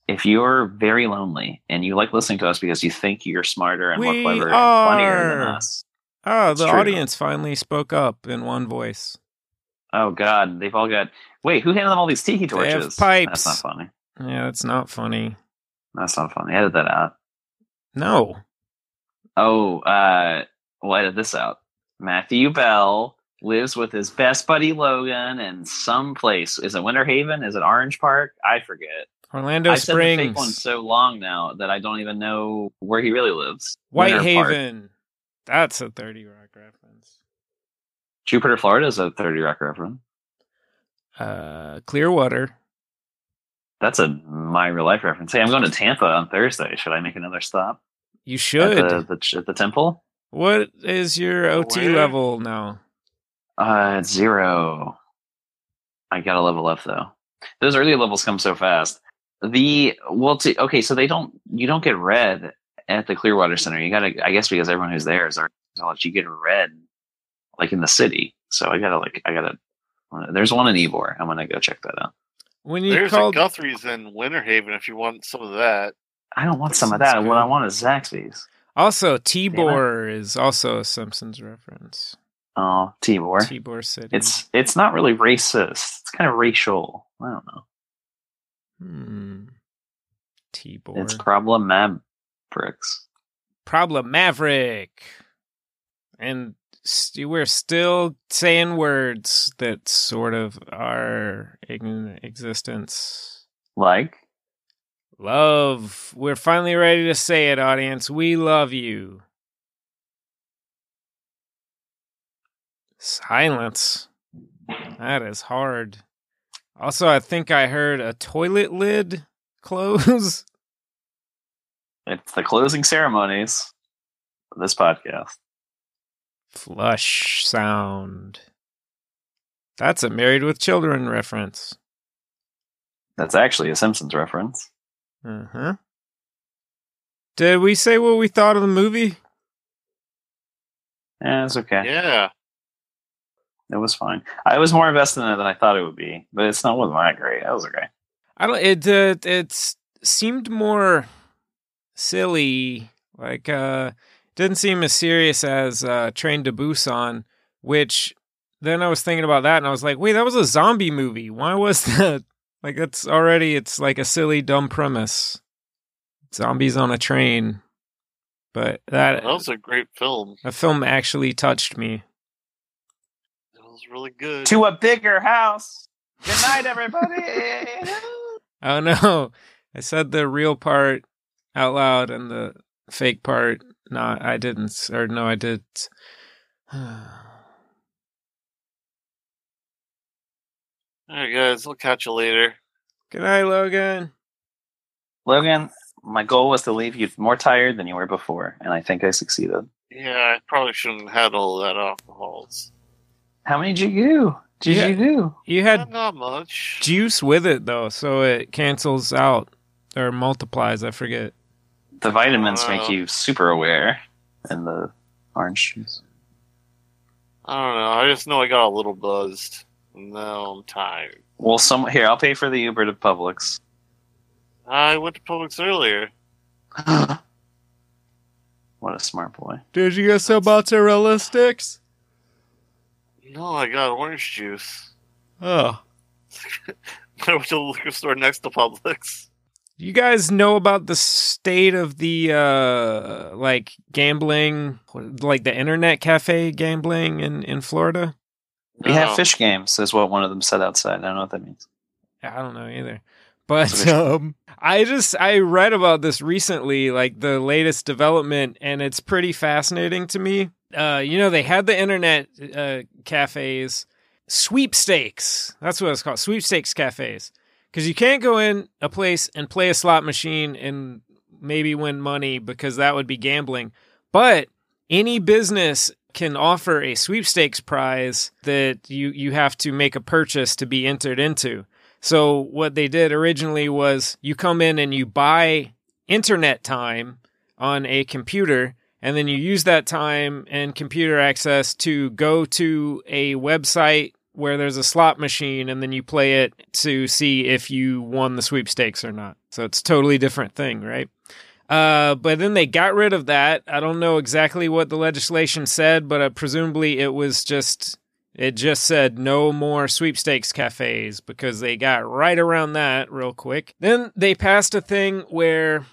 if you're very lonely and you like listening to us because you think you're smarter and We more clever and funnier than are. us, Oh, It's the true. audience finally spoke up in one voice. oh god, they've all got. Wait, who handed them all these tiki They have torches? pipes. That's not funny. Yeah, that's not funny. That's not funny. Edit that out. No. Oh, uh, we'll edit this out. Matthew Bell lives with his best buddy Logan in some place. Is it Winter Haven? Is it Orange Park? I forget. Orlando I've said the fake one Springs, so long now that I don't even know where he really lives. Winter Park. Whitehaven. That's a 30 Rock reference. Jupiter, Florida is a 30 Rock reference. Uh, Clearwater. That's a my real life reference. Hey, I'm going to Tampa on Thursday. Should I make another stop You at should. the, the, at the temple? What is your OT Where? level now? Uh, it's zero. I gotta level up though. Those early levels come so fast. The well, t- okay, so they don't. You don't get red at the Clearwater Center. You gotta, I guess, because everyone who's there is already college. You get red, like in the city. So I gotta, like, I gotta. uh, There's one in Ivor. I'm gonna go check that out. When you There's called a Guthrie's in Winter Haven if you want some of that. I don't want That some of sounds that. What I good. want is Zaxby's. also Tibor is also a Simpsons reference. Oh, Tibor. Tibor City. It's it's not really racist. It's kind of racial. I don't know. hmm. Tibor. It's problem bricks. Problem Maverick. And st- we're still saying words that sort of are in existence. Like. Love. We're finally ready to say it, audience. We love you. Silence. That is hard. Also, I think I heard a toilet lid close. It's the closing ceremonies of this podcast. Flush sound. That's a married with children reference. That's actually a Simpsons reference. Uh huh. Did we say what we thought of the movie? Yeah, it's okay. Yeah. It was fine. I was more invested in it than I thought it would be, but it's not wasn't that great. That was okay. I don't. It uh, it seemed more silly. Like uh, didn't seem as serious as uh, Train to Busan. Which then I was thinking about that, and I was like, wait, that was a zombie movie. Why was that? Like that's already it's like a silly, dumb premise. Zombies on a train, but that Uh, That was a great film. a film actually touched me. It was really good. To a bigger house. Good night, everybody. Oh no. I said the real part out loud and the fake part no I didn't or no I did. All right, guys. We'll catch you later. Good night, Logan. Logan, my goal was to leave you more tired than you were before, and I think I succeeded. Yeah, I probably shouldn't have had all that alcohol. It's How many did you do? Did Yeah. you do? You had not much. juice with it though, so it cancels out or multiplies, I forget. The vitamins Uh. make you super aware, and the orange juice. I don't know. I just know I got a little buzzed. Now I'm tired. Well, some here. I'll pay for the Uber to Publix. I went to Publix earlier. what a smart boy. Did you get some mozzarella sticks? No, I got orange juice. Oh. I went to the liquor store next to Publix. You guys know about the state of the uh like gambling like the internet cafe gambling in in Florida? We have Oh. No. fish games, is what one of them said outside. I don't know what that means. I don't know either. But um, I just I read about this recently, like the latest development, and it's pretty fascinating to me. Uh, you know, they had the internet uh, cafes, sweepstakes. That's what it's called, sweepstakes cafes, because you can't go in a place and play a slot machine and maybe win money because that would be gambling. But any business can offer a sweepstakes prize that you you have to make a purchase to be entered into. So what they did originally was you come in and you buy internet time on a computer and then you use that time and computer access to go to a website where there's a slot machine and then you play it to see if you won the sweepstakes or not. So it's a totally different thing, right? Uh, but then they got rid of that. I don't know exactly what the legislation said, but uh, presumably it was just it just said no more sweepstakes cafes because they got right around that real quick. Then they passed a thing where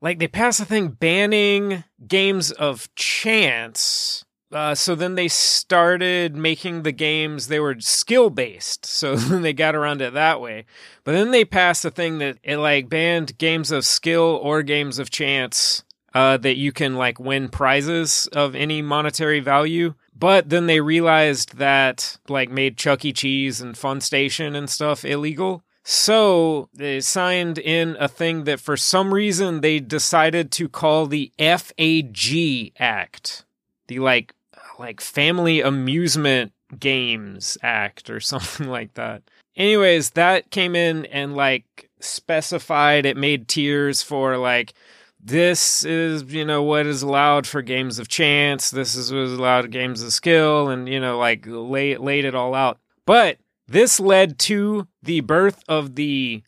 like they passed a thing banning games of chance. Uh, so then they started making the games they were skill based so then they got around it that way but then they passed a thing that it like banned games of skill or games of chance uh, that you can like win prizes of any monetary value but then they realized that like made chuck e cheese and fun station and stuff illegal so they signed in a thing that for some reason they decided to call the fag act the like like Family Amusement Games Act or something like that. Anyways, that came in and like specified it made tiers for like this is you know what is allowed for games of chance, this is what is allowed games of skill and you know like lay, laid it all out. But this led to the birth of the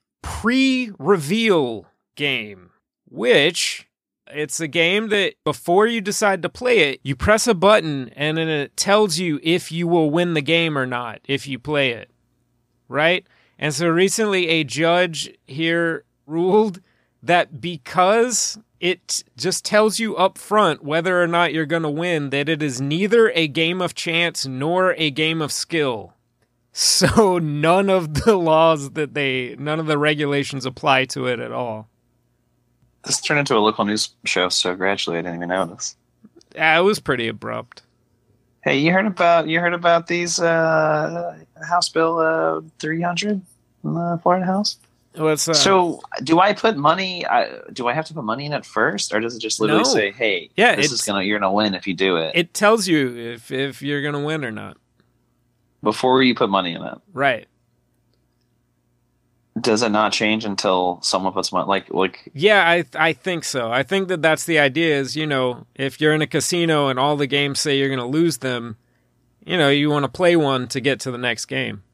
pre-reveal game, which it's a game that before you decide to play it, you press a button and then it tells you if you will win the game or not if you play it. Right? And so recently a judge here ruled that because it just tells you up front whether or not you're going to win, that it is neither a game of chance nor a game of skill. So none of the laws that they, none of the regulations apply to it at all. This turned into a local news show so gradually I didn't even notice. Yeah, it was pretty abrupt. Hey, you heard about you heard about these uh, House Bill uh, 300 in the Florida House? What's that? So, do I put money? I, do I have to put money in it first, or does it just literally No. say, "Hey, Yeah, this it's- is gonna you're gonna win if you do it"? it tells you if if you're gonna win or not. Before you put money in it, Right. does it not change until someone puts money? Like, like Yeah, I I think so. I think that that's the idea. Is you know if you're in a casino and all the games say you're gonna lose them, you know you want to play one to get to the next game.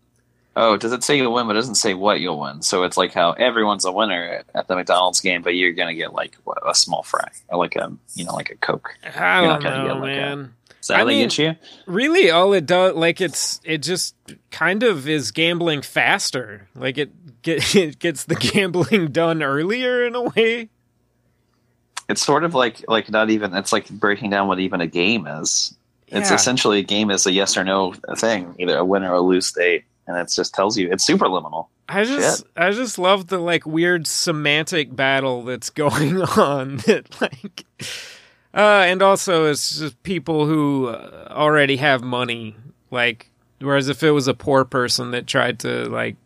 oh, does it say you'll win, but it doesn't say what you'll win? So it's like how everyone's a winner at the McDonald's game, but you're gonna get like what, a small fry, or like a you know like a Coke. I You're not don't gonna know, get like that. man. Is that I how they mean- get you? really all it does like it's it just kind of is gambling faster like it get, it gets the gambling done earlier in a way It's sort of like like not even. It's like breaking down what even a game is. It's Yeah. essentially a game is a yes or no thing, either a win or a lose state, and it just tells you it's super liminal. i just i just love the like weird semantic battle that's going on that like uh and also it's just people who uh, already have money like whereas if it was a poor person that tried to like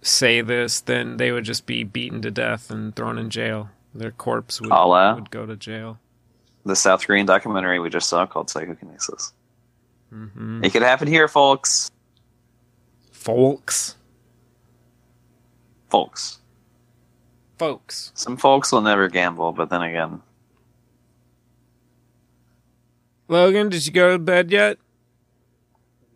say this then they would just be beaten to death and thrown in jail their corpse would, A la would go to jail the South Korean documentary we just saw called Psychokinesis. hmm It could happen here, folks. folks. Folks. Folks. Some folks will never gamble, but then again, Logan, did you go to bed yet?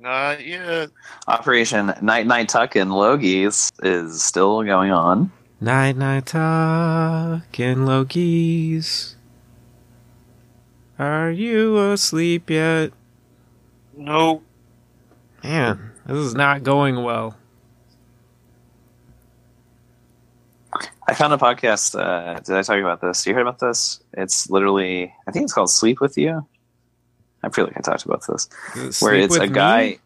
Not yet. Operation Night Night Tuck and Logies is still going on. Night night talk and Loki's. Are you asleep yet? No. Man, this is not going well. I found a podcast. Uh, did I tell you about this? You heard about this? It's literally, I think it's called Sleep with You. I feel like I talked about this. Is it where Sleep it's With a Me? guy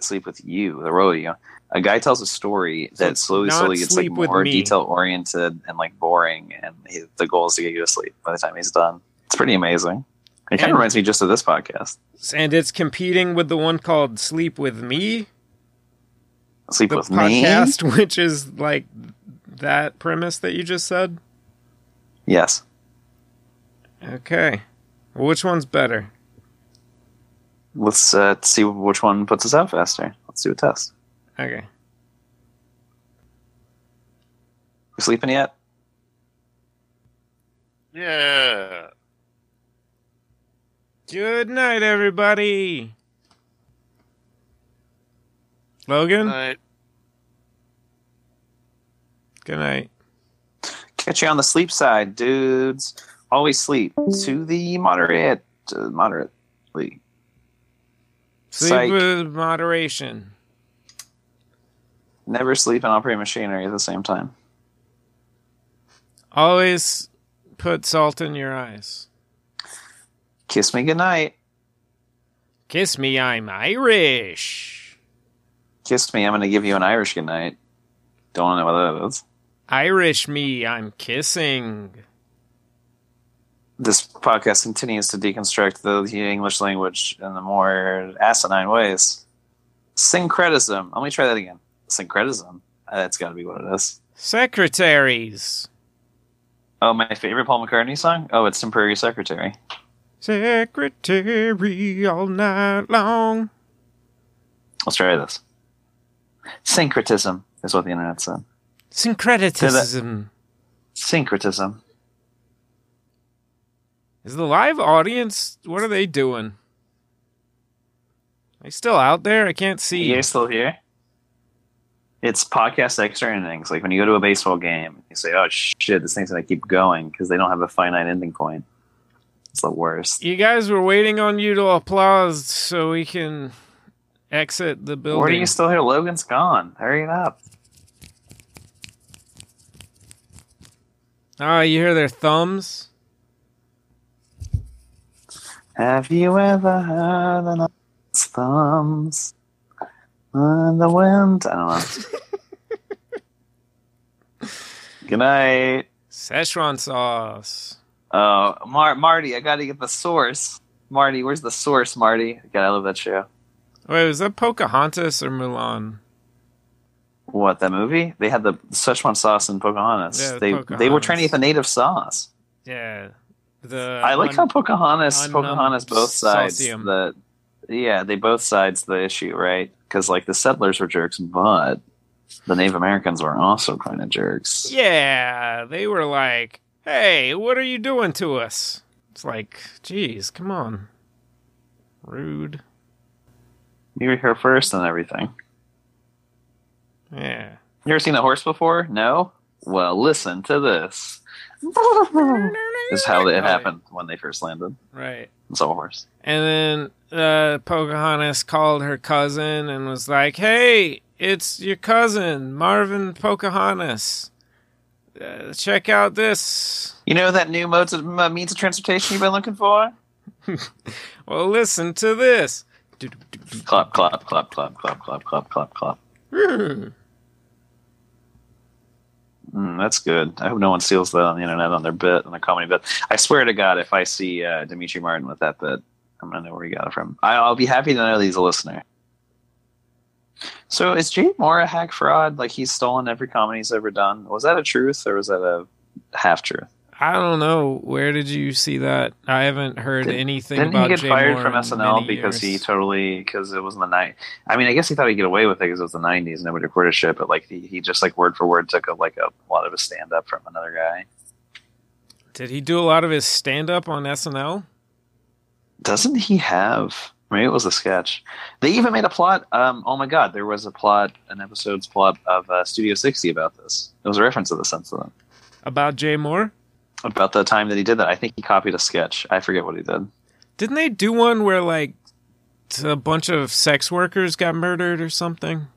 sleep with you the row you a guy tells a story So that it's slowly not slowly gets like Sleep With more Me. detail oriented and like boring and he, the goal is to get you to sleep by the time he's done it's pretty amazing it kind And- of reminds me just of this podcast And it's competing with the one called Sleep With Me, sleep the with me podcast, which is like that premise that you just said. yes Okay. Which one's better? Let's uh, see which one puts us out faster. Let's do a test. Okay. We sleeping yet? Yeah. Good night, everybody. Logan. Night. Good night. Catch you on the sleep side, dudes. Always sleep to the moderate, uh, moderately. Sleep Psych. with moderation. Never sleep and operate machinery at the same time. Always put salt in your eyes. Kiss me goodnight. Kiss me, I'm Irish. Kiss me. I'm going to give you an Irish goodnight. Don't know what that is. Irish me, I'm kissing. This podcast continues to deconstruct the, the English language in the more asinine ways. Syncretism. Let me try that again. Syncretism. Uh, That's got to be what it is. Secretaries. Oh, my favorite Paul McCartney song? Oh, it's Temporary Secretary. Secretary all night long. Let's try this. Syncretism is what the internet said. Syncretism. Syncretism. Is the live audience, what are they doing? Are they still out there? I can't see. You're still here? It's podcast extra innings. Like when you go to a baseball game, you say, oh shit, this thing's going to keep going because they don't have a finite ending point. It's the worst. You guys were waiting on you to applaud so we can exit the building. Where are you still here? Logan's gone. Hurry it up. Oh, you hear their thumbs? Have you ever heard an ox thumbs on the wind? I don't know. Good night. Szechuan sauce. Uh, Mar- Marty, I gotta get the source. Marty, where's the source, Marty? God, I love that show. Wait, was that Pocahontas or Mulan? What, that movie? They had the Szechuan sauce in Pocahontas. Yeah, they they were Pocahontas. trying to eat the native sauce. Yeah. The I like how Pocahontas, un- Pocahontas, both sides. Saucium. The yeah, they both sides the issue, right? Because like the settlers were jerks, but the Native Americans were also kind of jerks. Yeah, they were like, "Hey, what are you doing to us?" It's like, "Geez, come on." Rude. You were here first and everything. Yeah. You ever seen a horse before? No. Well, listen to this. This is how it happened when they first landed. Right. It's all horse. And then uh, Pocahontas called her cousin and was like, "Hey, it's your cousin Marvin Pocahontas. Uh, check out this. You know that new modes of, uh, means of transportation you've been looking for? Well, listen to this." Clap, clap, clap, clap, clap, clap, clap, clap, clap. Mm, that's good. I hope no one steals that on the internet on their bit, on their comedy bit. I swear to God, if I see uh, Dimitri Martin with that bit, I'm going to know where he got it from. I, I'll be happy to know that he's a listener. So is Jay Moore a hack fraud? Like he's stolen every comedy he's ever done? Was that a truth or was that a half truth? I don't know. Where did you see that? I haven't heard Did- anything Didn't about he get Jay fired Moore from in SNL many because he years. totally because it was in the night? I mean, I guess he thought he'd get away with it because it was the '90s, nobody recorded shit. But like he, he just like word for word took a, like a lot of his stand up from another guy. Did he do a lot of his stand up on SNL? Doesn't he have? Maybe it was a sketch. They even made a plot. Um, oh my god, there was a plot, an episode's plot of uh, Studio 60 about this. It was a reference to this incident About Jay Moore? about the time that he did that. I think he copied a sketch. I forget what he did. Didn't they do one where like a bunch of sex workers got murdered or something?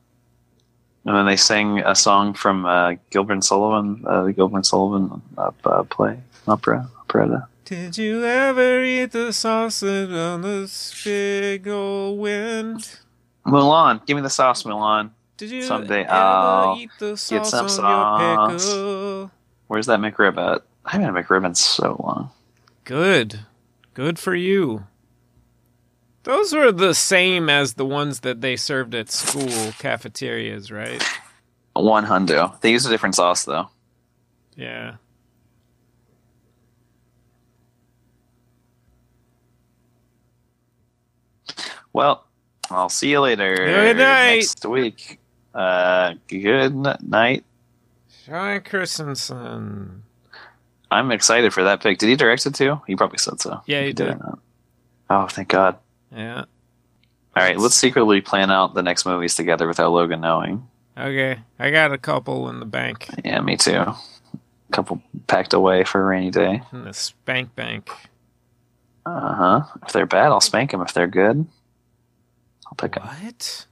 And then they sang a song from uh, Gilbert and Sullivan, uh, the Gilbert and Sullivan uh, uh, play, opera, operetta. Did you ever eat the sausage on this big old wind? Mulan, give me the sauce, Mulan. Did you Someday ever I'll eat the sauce get some on your sauce. pickle? Where's that McRib at? I haven't had McRib in so long. Good. Good for you. Those were the same as the ones that they served at school cafeterias, right? One hundo. They use a different sauce though. Yeah. Well, I'll see you later. Good night. Next week. Uh, good night. Sean Christensen. I'm excited for that pick. Did he direct it too? He probably said so. Yeah, he or not. Oh, thank God. Yeah. All right, let's secretly plan out the next movies together without Logan knowing. Okay. I got a couple in the bank. Yeah, me too. A couple packed away for a rainy day. In the spank bank. Uh huh. If they're bad, I'll spank them. If they're good, I'll pick them. What?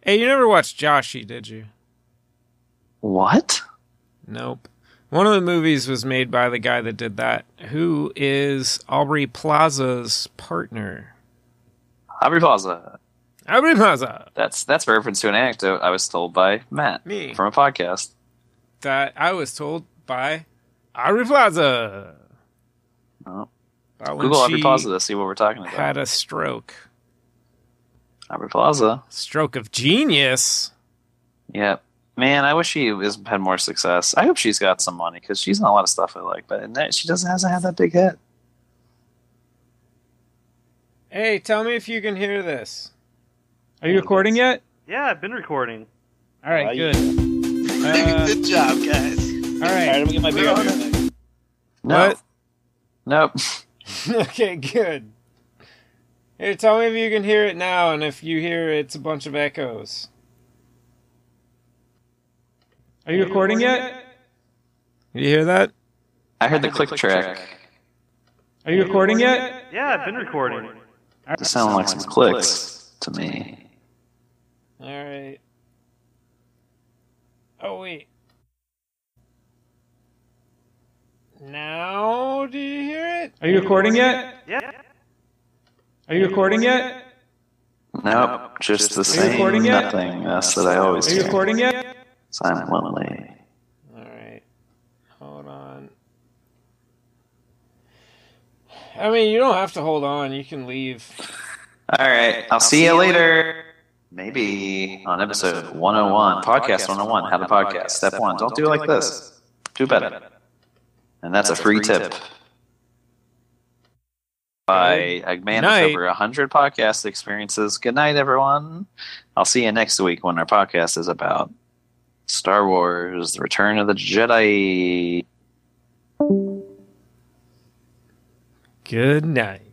Hey, you never watched Joshy, did you? What? Nope. One of the movies was made by the guy that did that, who is Aubrey Plaza's partner. Aubrey Plaza. Aubrey Plaza. That's that's a reference to an anecdote I was told by Matt Me. from a podcast. That I was told by Aubrey Plaza. Oh. About when Google Aubrey she Plaza to see what we're talking about. Had a stroke. Aubrey Plaza. Stroke of genius. Yep. Man, I wish she was, had more success. I hope she's got some money because she's in a lot of stuff I like, but in that, she doesn't hasn't had that big hit. Hey, tell me if you can hear this. Are you recording yet? Yeah, I've been recording. All right, Uh, good. Uh, Good job, guys. all right. let me get my beer out here. No. What? Nope. okay, good. Here, tell me if you can hear it now, and if you hear it, it's a bunch of echoes. Are you recording yet? You hear that? I heard the click track. Are you recording yet? Yeah, I've been recording. It sounded like some clicks to me. All right. Oh wait. Now, do you hear it? Are you recording yet? Yeah. Are you recording yet? Nope. Just the Are you same recording yet? nothingness that I always Are you do. recording yet? Silently. All right. Hold on. I mean, you don't have to hold on. You can leave. All right. I'll see you later. Maybe on episode 101, podcast 101, how to podcast. Step one. Don't do it like this. Do better. And that's a free tip. By a man Night. with over 100 podcast experiences. Good night, everyone. I'll see you next week when our podcast is about Star Wars The Return of the Jedi. Good night.